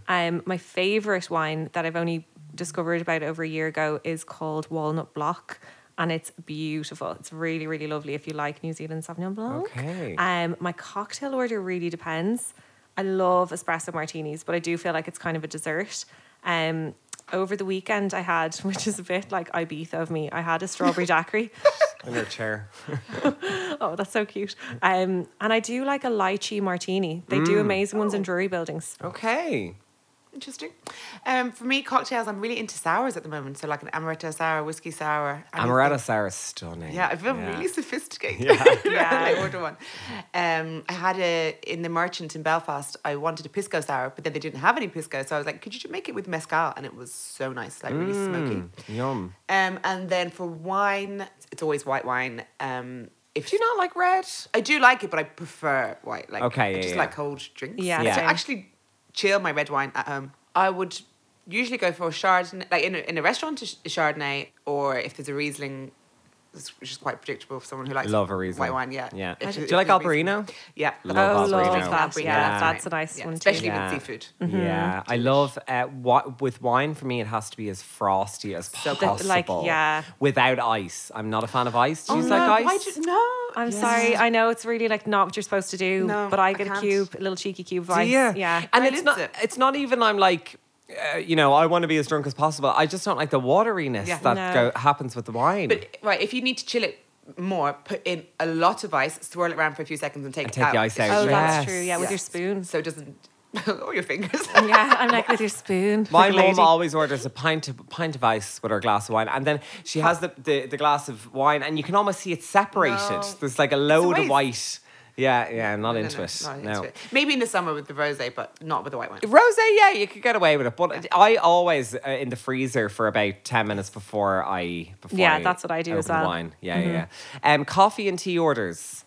Um, my favorite wine that I've only discovered about over a year ago is called Walnut Block. And it's beautiful. It's really, really lovely if you like New Zealand Sauvignon Blanc. Okay. Um, my cocktail order really depends. I love espresso martinis, but I do feel like it's kind of a dessert. Um, over the weekend, I had, *laughs* which is a bit like Ibiza of me, I had a strawberry daiquiri. In your chair. Oh, that's so cute. Um, and I do like a lychee martini. They Mm. do amazing ones in Oh. Drury buildings. Oh, Okay. Interesting. Um, for me, cocktails, I'm really into sours at the moment. So like an amaretto sour, whiskey sour. anything. Amaretto sour is stunning. Yeah, I feel *laughs* really sophisticated. *laughs* *laughs* Yeah. I ordered one. Um, I had a in the merchant in Belfast. I wanted a pisco sour, but then they didn't have any pisco, so I was like, "Could you just make it with mezcal?" And it was so nice, like really smoky. Mm. Yum. Um, and then for wine, it's always white wine. Um, if Do you not like red? I do like it, but I prefer white. Like Okay, I yeah, just yeah. like cold drinks. Yeah, So I same. actually chill my red wine at home. I would usually go for a chardonnay, like in a, in a restaurant, a ch- a chardonnay, or if there's a riesling, it's- which is quite predictable for someone who likes Love a Riesling. white wine. Yeah, Yeah. If- Do you if like there's a Riesling- Albarino? Yeah, Love oh, Albarino. love that. Albarino, Yeah, that's a right. nice Yeah, one too. especially with seafood. Yeah, Mm-hmm. I love uh, what with wine for me. It has to be as frosty as The- possible. like, yeah. without ice. I'm not a fan of ice. Do you Oh, no, like why ice? do- no, I'm Yeah. sorry. I know it's really like not what you're supposed to do, No, but I I get a can't. cube, a little cheeky cube Do vice. you? Yeah. and I it's did not. it. It's not even. I'm like. Uh, you know, I want to be as drunk as possible. I just don't like the wateriness Yeah. that No. go, happens with the wine. But right, if you need to chill it more, put in a lot of ice, swirl it around for a few seconds, and take And it take out. the ice out. oh, Yes. that's true. Yeah, with your Yes. spoon. So it doesn't *laughs* or your fingers. yeah, I'm like with *laughs* your spoon. My like a mum lady. always orders a pint of pint of ice with her glass of wine, and then she has the, the, the glass of wine, and you can almost see it separated. No. There's like a load of waste. white. Yeah, yeah, not No, no, into no, it. not into no. it. Maybe in the summer with the rosé, but not with the white wine. Rose, yeah, you could get away with it, but I always uh, in the freezer for about ten minutes before I. Before Yeah, I that's what I do open as the well. Mm-hmm. Wine, yeah, yeah, yeah. Um, coffee and tea orders.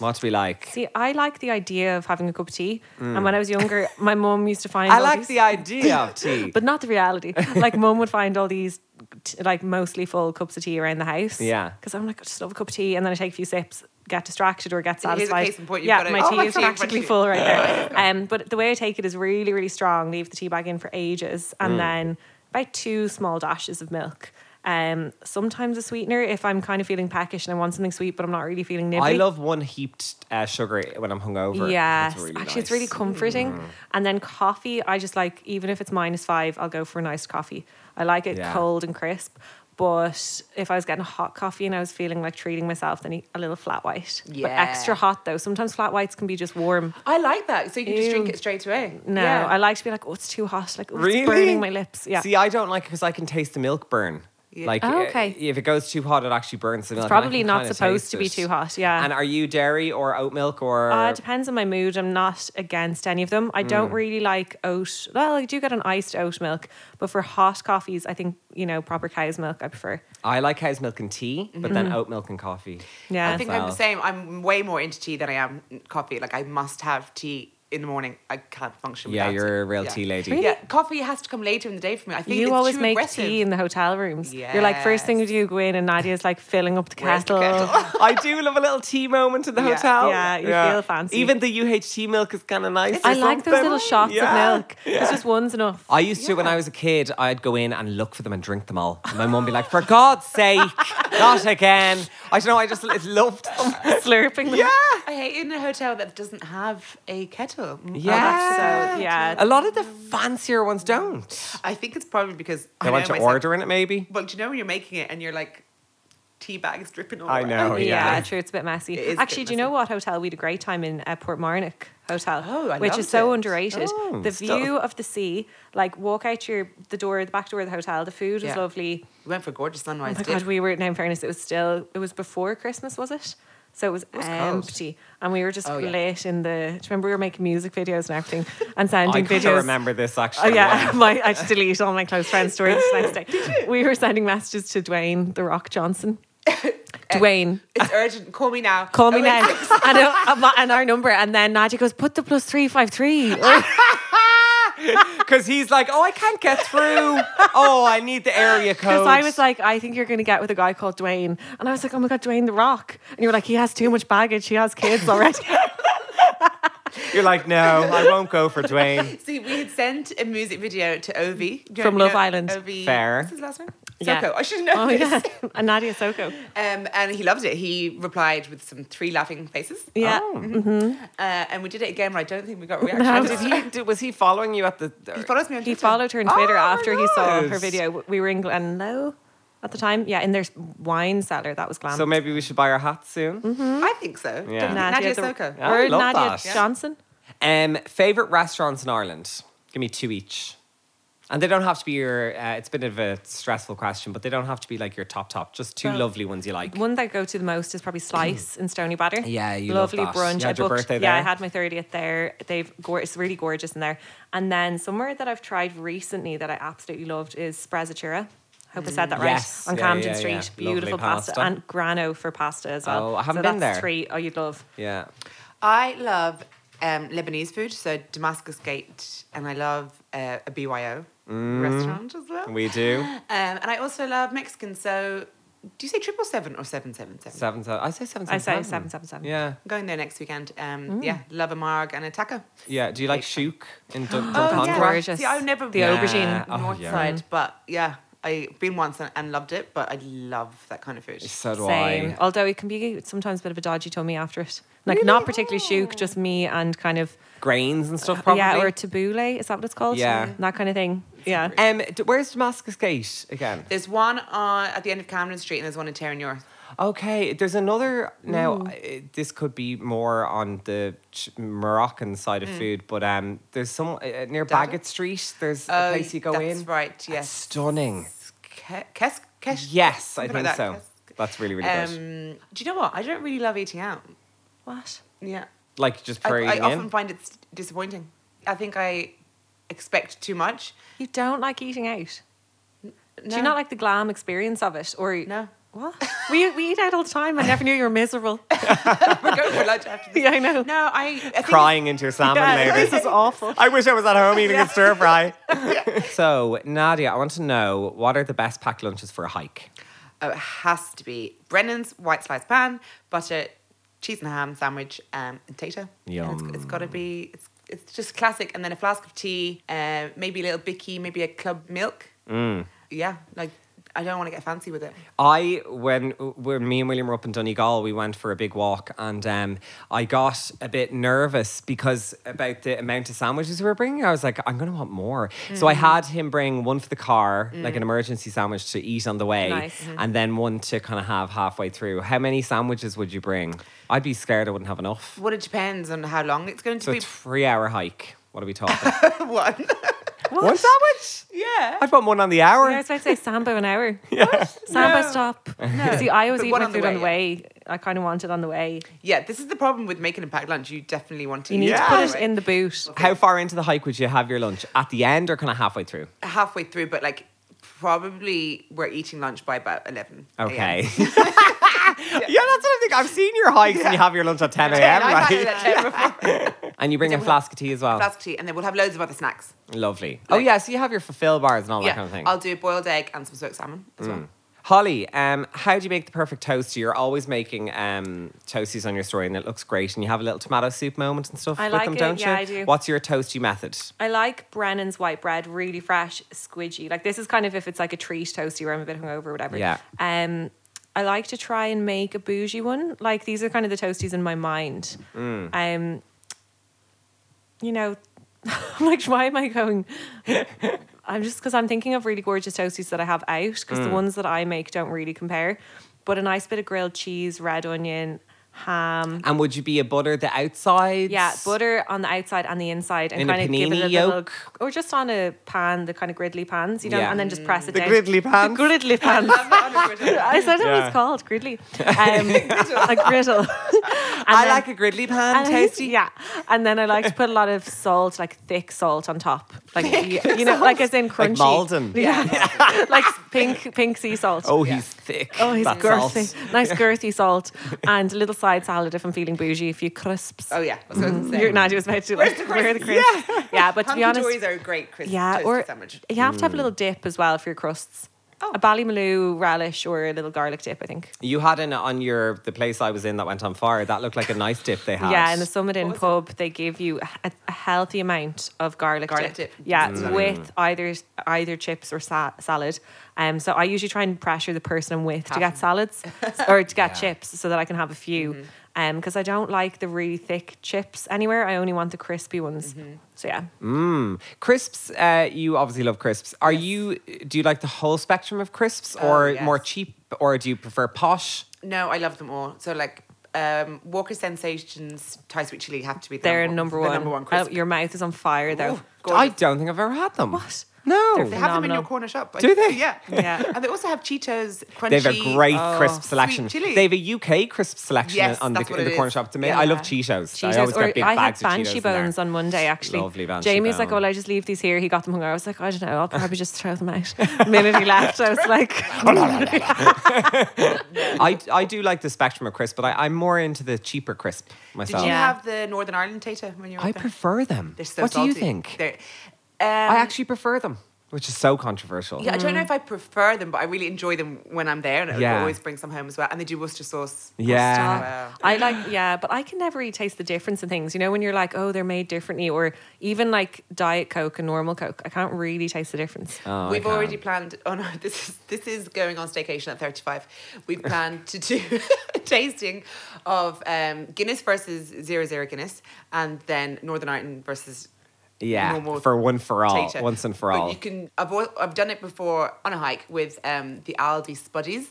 What we like? See, I like the idea of having a cup of tea. And when I was younger, my mum used to find Mm. I all like these- the idea *laughs* of tea. but not the reality. *laughs* Like mum would find all these t- like mostly full cups of tea around the house. Yeah. Because I'm like, I just love a cup of tea, and then I take a few sips, get distracted or get Here's a satisfied. case in point, you've yeah, got a- my Oh, tea my is tea, my practically tea. full *laughs* right there. Um, but the way I take it is really, really strong. Leave the tea bag in for ages, and Mm. then about two small dashes of milk. Um, sometimes a sweetener if I'm kind of feeling peckish and I want something sweet, but I'm not really feeling nibbly. I love one heaped uh, sugar when I'm hungover. Yes, That's really actually, it's nice. Mm. really comforting. And then coffee, I just like even if it's minus five, I'll go for an iced coffee. I like it Yeah. cold and crisp. But if I was getting a hot coffee and I was feeling like treating myself, then a little flat white. But Yeah. extra hot though. Sometimes flat whites can be just warm. I like that. So you can just drink Ew. it straight away. No, Yeah. I like to be like, oh, it's too hot. Like, oh, Really? it's burning my lips. Yeah. See, I don't like it because I can taste the milk burn. Yeah. Like, Oh, i- okay. if it goes too hot, it actually burns the milk. and I probably can not kinda supposed to be taste it. too hot, yeah. And are you dairy or oat milk or? Uh, it depends on my mood. I'm not against any of them. I Mm. don't really like oat. Well, I do get an iced oat milk, but for hot coffees, I think you know proper cow's milk. I prefer. I like cow's milk and tea, but then oat milk and coffee. Mm-hmm. Yeah. I think I'm Well. the same. I'm way more into tea than I am coffee. Like I must have tea in the morning. I can't function. Yeah, without you're it. a real Yeah. tea lady. Yeah, coffee has to come later in the day for me. I think you it's always too make aggressive. tea in the hotel rooms. You're like first thing you Yes. do, go in, and Nadia's like filling up the Where's the kettle. kettle? I do love a little tea moment in the Yeah. hotel. Yeah, you feel fancy. Even the UHT milk is kind of nice. *laughs* I or like those something. little shots Yeah. of milk. It's just one's enough. I used to when I was a kid. I'd go in and look for them and drink them all. And my mum be like, "For God's sake, not again!" I don't know. I just it loved *laughs* them. *laughs* Slurping them. Yeah. I hate in a hotel that doesn't have a kettle. Mm, uh, Oh, Yeah. so, yeah. A lot of the fancier ones don't. I think it's probably because They I want know you myself- ordering it, maybe. Well, do you know when you're making it and you're like tea bags dripping all I around? know, Oh, yeah. yeah. true. It's a bit messy. It is a bit Actually, do you know messy. what hotel we had a great time in? Uh, Port Marnock Hotel, Oh, I which loved is so it. underrated. Oh, the stuff. view of the sea, like walk out your the door, the back door of the hotel. The food was Yeah. lovely. We went for a gorgeous sunrise. Oh my dip. god, we were. Now, in fairness, it was still. It was before Christmas, was it? So it was, was cold. empty, and we were just Oh, yeah. late in the. Do you remember we were making music videos and everything, and sounding I videos? kind of remember this Oh actually. yeah, *laughs* my, I just delete all my close friends' stories the *laughs* next day. We were sending messages to Dwayne the Rock Johnson. Dwayne, It's urgent. Call me now. call me Oh, now *laughs* wait. and, uh, my- and our number and then Nadia goes put the *laughs* plus 353 Because he's like, "Oh, I can't get through. oh, I need the area code." because I was like I think you're going to get with a guy called Dwayne and I was like oh my god Dwayne the Rock and you were like he has too much baggage he has *laughs* kids already You're like, no, I won't go for Dwayne. *laughs* See, we had sent a music video to Ovi Do you From know- Love Island. Ovi, Fair. What's his last name? Yeah. Soko. I should know. oh this. yeah *laughs* and Nadia Soko Um, and he loved it. He replied with some three laughing faces. yeah Uh, and we did it again, but I don't think we got *laughs* And reactions. did he? *laughs* Did, was he following you at the? he follows me on he Twitter. followed her on Twitter Oh, after he saw her nice. video we were in Glenlow at the time yeah in their wine cellar that was glam so maybe we should buy our hats soon. I think so. Yeah. Nadia, the- Soko. Yeah. I or love Nadia that. Johnson Um, favorite restaurants in Ireland? Give me two each, and they don't have to be your. Uh, it's a bit of a stressful question, but they don't have to be like your top top. Just two lovely ones you like. One that I go to the most is probably Slice in Stony Batter. Mm. Yeah, you love lovely that. brunch. You I had your booked, birthday Yeah, I there. had my thirtieth there. They've gor it's really gorgeous in there. And then somewhere that I've tried recently that I absolutely loved is Sprezzatura. Hope I said that right. Yes. On Yeah, Camden yeah, Street, yeah. beautiful Lovely pasta. pasta. and Grano for pasta as well. Oh, I haven't so been that's there. Three. Oh, you'd love. Yeah. I love um, Lebanese food, so Damascus Gate, and I love uh, a BYO restaurant as well. Mm. We do um, and I also love Mexican, so do you say triple seven or seven seven seven? seven. seven I say seven. I say seven, seven seven seven. Yeah, I'm going there next weekend. Um, Yeah, love a marg and a taco. yeah. Do you like shook in *gasps* Dun- Oh, Dundonald? yeah. gorgeous. See, I've never The been aubergine. to the Oh, north yeah. side, but yeah, I've been once and, and loved it, but I love that kind of food. So do Same. I. Although it can be sometimes a bit of a dodgy tummy after it. Like not particularly shook, just me and kind of Grains and stuff, probably. Uh, yeah, or tabbouleh. Is that what it's called? Yeah. that kind of thing. Yeah. um, d- where's Damascus Gate again? There's one on, at the end of Camden Street and there's one in Terran York. Okay, there's another now. Mm. I- This could be more on the ch- Moroccan side Mm. of food, but um, there's some uh, near Bagot Street. There's Oh, a place you go Oh, that's in. right, That's yes. stunning. Ke- Kes- Kes- Yes, I something think like that, so. Kes- That's really really good. Um, do you know what? I don't really love eating out. What? Yeah. Like just I, praying I often in. find it's disappointing. I think I expect too much. You don't like eating out? No. Do you not like the glam experience of it? Or No. *laughs* What? *laughs* we, we eat out all the time. I never knew you were miserable. We're going for lunch after this. *laughs* yeah, I know. No, I, I think Crying into your salmon Yeah, later. this is *laughs* awful. I wish I was at home eating a stir fry. *laughs* So, Nadia, I want to know what are the best packed lunches for a hike? Oh, it has to be Brennan's white sliced pan, butter, cheese and ham sandwich, um, and tater. And it's- it's got to be. It's, it's just classic, and then a flask of tea, uh, maybe a little bicky, maybe a club milk. Mm. Yeah, like I don't want to get fancy with it. I when when me and William were up in Donegal, we went for a big walk, and um, I got a bit nervous because about the amount of sandwiches we were bringing. I was like, I'm gonna want more. So I had him bring one for the car, like an emergency sandwich to eat on the way, Nice. and then one to kind of have halfway through. How many sandwiches would you bring? I'd be scared I wouldn't have enough. Well, it depends on how long it's going to So a be. three-hour hike. What are we talking? *laughs* One. *laughs* one sandwich? yeah. I'd want one on the hour. Yeah, I was about to say Sambo an hour. Sambo No. stop. See, I always But eat one my on the food on the way, way. I kind of want it on the way. Yeah, this is the problem with making a packed lunch. You definitely want to. You need eat to put it right in the boot. How far into the hike would you have your lunch? At the end or kind of halfway through? halfway through, but like probably we're eating lunch by about eleven. a.m. Okay. *laughs* yeah. that's what I think. I've seen your hikes and you have your lunch at *laughs* 10 a.m., And I've had it right? at 10 before. And you bring a flask of tea as well. flask of tea, and then we'll have loads of other snacks. Lovely. Oh, yeah, so you have your fulfill bars and all yeah, that kind of thing. I'll do a boiled egg and some smoked salmon as well. Holly, um, how do you make the perfect toast? You're always making um, toasties on your story and it looks great. And you have a little tomato soup moment and stuff I with like them, it. don't Yeah, you? I do. Mm-hmm. What's your toasty method? I like Brennan's white bread, really fresh, squidgy. Like this is kind of if it's like a treat toasty where I'm a bit hungover or whatever. Yeah. Um, I like to try and make a bougie one. Like these are kind of the toasties in my mind. Um, you know, *laughs* I'm like, why am I going? I'm just because I'm thinking of really gorgeous toasties that I have out because the ones that I make don't really compare. But a nice bit of grilled cheese, red onion, ham. And would you be a butter the outside? Yeah, butter on the outside and the inside, and In a kind of give it a panini little, yolk? or just on a pan, the kind of griddly pans, you know, Yeah. and then just press it The down. griddly pans? The *laughs* griddly pans. Mm. I said it Yeah. was called *laughs* griddly, um, a griddle. *laughs* I like a griddly pan and I- toasty. yeah, and then I like to put a lot of salt, like thick salt, on top, like you, you know, like as in Like crunchy, Malden. yeah, *laughs* like pink pink sea salt. Oh, he's thick. Oh, he's That's all. girthy. Nice girthy salt and a little side salad if I'm feeling bougie, a few crisps. Oh yeah, that's what I was Your saying. Nadia was about to where the the crisps? Yeah, but to be honest, Dories are a great crisp yeah, toasted or sandwich. you have to have a little dip as well for your crusts. Oh. A Ballymaloo relish or a little garlic dip, I think. You had an on your the place I was in that went on fire. That looked like a nice dip they had. Yeah, in the Summit Inn was it? pub, they give you a, a healthy amount of garlic, Garlic dip. Yeah, Mm. with either either chips or sa- salad. Um, so I usually try and pressure the person I'm with to Half. *laughs* get salads or to get Yeah. chips so that I can have a few. Mm-hmm. Um, because I don't like the really thick chips anywhere. I only want the crispy ones. Mm-hmm. So yeah, crisps. Uh, you obviously love crisps. Are you? Do you like the whole spectrum of crisps, or yes. more cheap, or do you prefer posh? No, I love them all. So like um, Walker Sensations Thai sweet chili have to be the they're number, number the one. number one Oh, crisp. your mouth is on fire though. Ooh, I gorgeous. don't think I've ever had them. What? they No, They're have them in your phenomenal. corner shop. Do they? *laughs* Yeah, Yeah. And they also have Cheetos. Crunchy, they have a great crisp Oh, sweet selection. chili. They have a UK crisp selection Yes, on the, that's what in it the corner is. shop. To me, Yeah. I love Cheetos. I always or get big I had bags of banshee Cheetos bones in there. on Monday actually. Lovely Banshee Jamie was like, "Oh, bone. will I just leave these here?" He got them hung. I was like, "I don't know. I'll probably just throw them out." The minute *laughs* he left, I was like, Oh, I, I do like the spectrum of crisp, but I, I'm more into the cheaper crisp Did myself. you Yeah. have the Northern Ireland tater when you were I up there? prefer them. They're so what do you salty. think? They're, I um, actually prefer them, which is so controversial. Yeah, I don't know if I prefer them, but I really enjoy them when I'm there, and I Mm. Yeah. always bring some home as well. And they do Worcester sauce. Yeah. Wow. I like, *laughs* yeah, but I can never really taste the difference in things. You know, when you're like, oh, they're made differently, or even like Diet Coke and normal Coke, I can't really taste the difference. Oh, I We've can't. already planned. Oh no, *laughs* this is this is going on staycation at 35. *laughs* We've planned to do *laughs* a tasting of um, Guinness versus zero zero Guinness, and then Northern Ireland versus Yeah, normal for one for all, tater. once and for But all. You can. I've al- I've done it before on a hike with um, the Aldi Spuddies.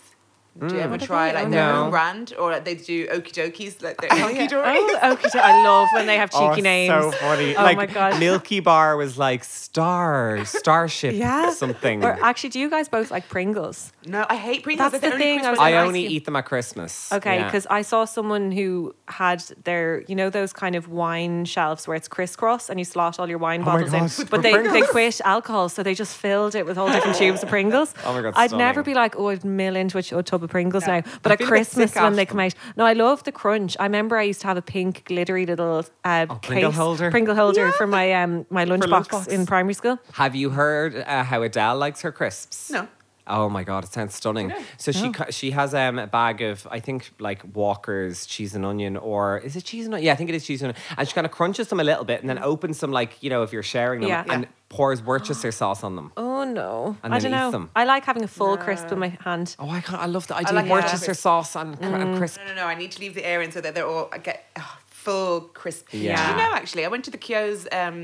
Do Mm. you ever What are try they? like Oh, their no. own brand, or like, they do okie dokies, like their hunky dory? *laughs* Oh, okay. so I love when they have *laughs* cheeky Oh, names. So funny. Oh like, my God. Milky Bar was like star, starship, yeah, something. Or actually, do you guys both like Pringles? *laughs* No, I hate Pringles. That's They're the only thing, I Christmas was I ice only cream. eat them at Christmas. Okay, Yeah. because I saw someone who had their, you know, those kind of wine shelves where it's crisscross and you slot all your wine Oh my bottles God, in. with But they, they Pringles. quit *laughs* alcohol, so they just filled it with all different tubes of Pringles. Oh my God, I'd never stunning. be like, oh, I'd mill into a, ch- a tub of with Pringles Yeah. now. I But at feel a bit Christmas sick when they after come out, no, I love the crunch. I remember I used to have a pink glittery little uh, Oh, Pringle case, holder? Pringle holder for my um my lunchbox lunchbox. in primary school. Have you heard uh, how Adele likes her crisps? No. Oh my god, it sounds stunning. So she cu- she has um, a bag of I think like Walker's cheese and onion, or is it cheese and onion? Yeah, I think it is cheese and onion. And she kind of crunches them a little bit, and then opens them like you know if you're sharing them, Yeah. and Yeah. pours Worcester sauce on them. Oh no, And I then don't eat know. them. I like having a full crisp in my hand. Oh, I can't, I love the idea like of it. Worcester sauce and, cr- and crisp. No, no, no. I need to leave the air in so that they're all I get ah, full crisp. Yeah. Do you know, actually, I went to the Kyo's um,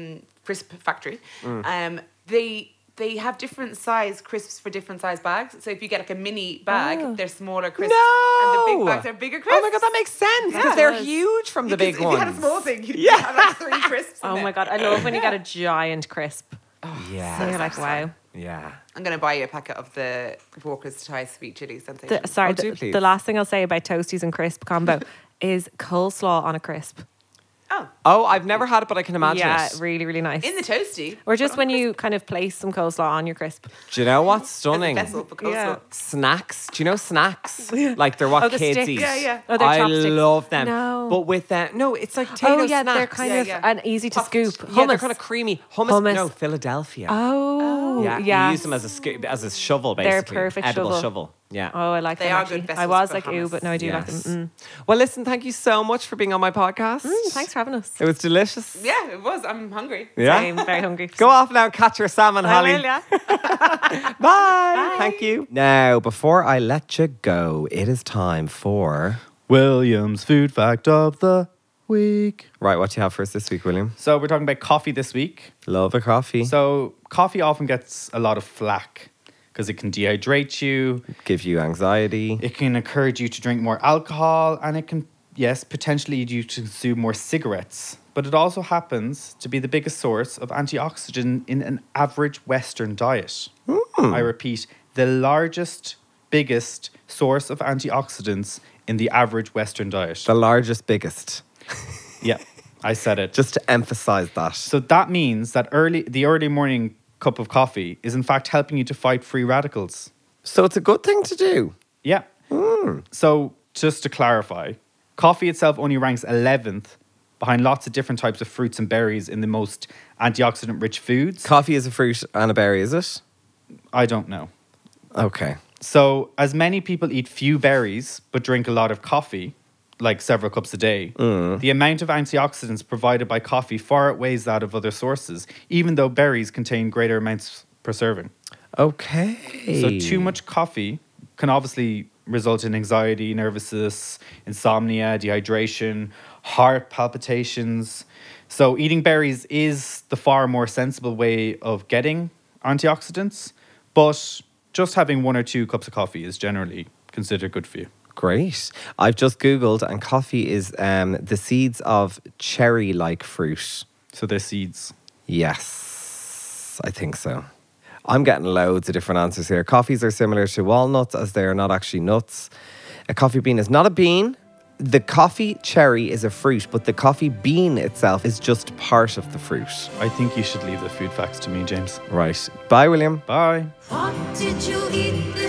crisp factory. Mm. Um, they they have different size crisps for different size bags. So if you get like a mini bag, they're smaller crisps. And the big bags are bigger crisps. Oh my god, that makes sense because Yeah. they're huge from the big Because if ones. you had a small thing, you'd Yeah. have like *laughs* three crisps. in Oh it. my god, I love when you *laughs* get a giant crisp. Oh, So yeah, you're like, wow. yeah. I'm gonna buy you a packet of the Walker's Thai sweet chili something. The, sorry, do the, please. the last thing I'll say about toasties and crisp *laughs* combo is coleslaw on a crisp. oh, Oh, I've never had it, but I can imagine yeah, it. really, really nice. in the toasty. or just when you kind of place some coleslaw on your crisp. Do you know what's as a stunning? vessel for coleslaw. Yeah. Snacks. Do you know snacks? Like they're what *laughs* Oh, the kids sticks. eat. Yeah, yeah. Oh, they're I chopsticks. love them. No. But with that, no, it's like potato oh yeah, snacks. they're kind Yeah, of yeah. and easy to Puffed. scoop. Yeah, they're Hummus. kind of creamy. Hummus. Hummus. No, Philadelphia. Oh yeah. yeah, You use them as a scoop, as a shovel, basically. They're perfect Edible shovel. Yeah. Oh, I like They them. are actually. good I vessels was for like, ooh, hummus. but no, I do like Yes. them. Well, listen, thank you so much for being on my podcast. Mm. Mm, thanks for having us. It was delicious. Yeah, it was. I'm hungry. Yeah. I'm very hungry. *laughs* Go off now, catch your salmon, Bye, Holly. Lilia. Bye. Thank you. Now, before I let you go, it is time for. William's food fact of the week. Right, what do you have for us this week, William? So we're talking about coffee this week. Love a Mm-hmm. coffee. So coffee often gets a lot of flack because it can dehydrate you, Give you anxiety. it can encourage you to drink more alcohol, and it can yes potentially lead you to consume more cigarettes. But it also happens to be the biggest source of antioxidant in an average Western diet. I repeat, the largest, biggest source of antioxidants in the average Western diet. The largest, biggest. yeah, I said it. Just to emphasize that. So that means that early the early morning cup of coffee is in fact helping you to fight free radicals. So it's a good thing to do. Yeah. So just to clarify, coffee itself only ranks 11th behind lots of different types of fruits and berries in the most antioxidant rich foods. Coffee is a fruit and a berry, is it? I don't know. Okay. So as many people eat few berries but drink a lot of coffee, like several cups a day, the amount of antioxidants provided by coffee far outweighs that of other sources, even though berries contain greater amounts per serving. Okay. So too much coffee can obviously result in anxiety, nervousness, insomnia, dehydration, heart palpitations. So eating berries is the far more sensible way of getting antioxidants, but just having one or two cups of coffee is generally considered good for you. Great. I've just Googled, and coffee is um, the seeds of cherry like fruit. So they're seeds. Yes, I think so. I'm getting loads of different answers here. Coffees are similar to walnuts as they are not actually nuts. A coffee bean is not a bean. The coffee cherry is a fruit, but the coffee bean itself is just part of the fruit. I think you should leave the food facts to me, James. Right. Bye, William. Bye. What did you eat this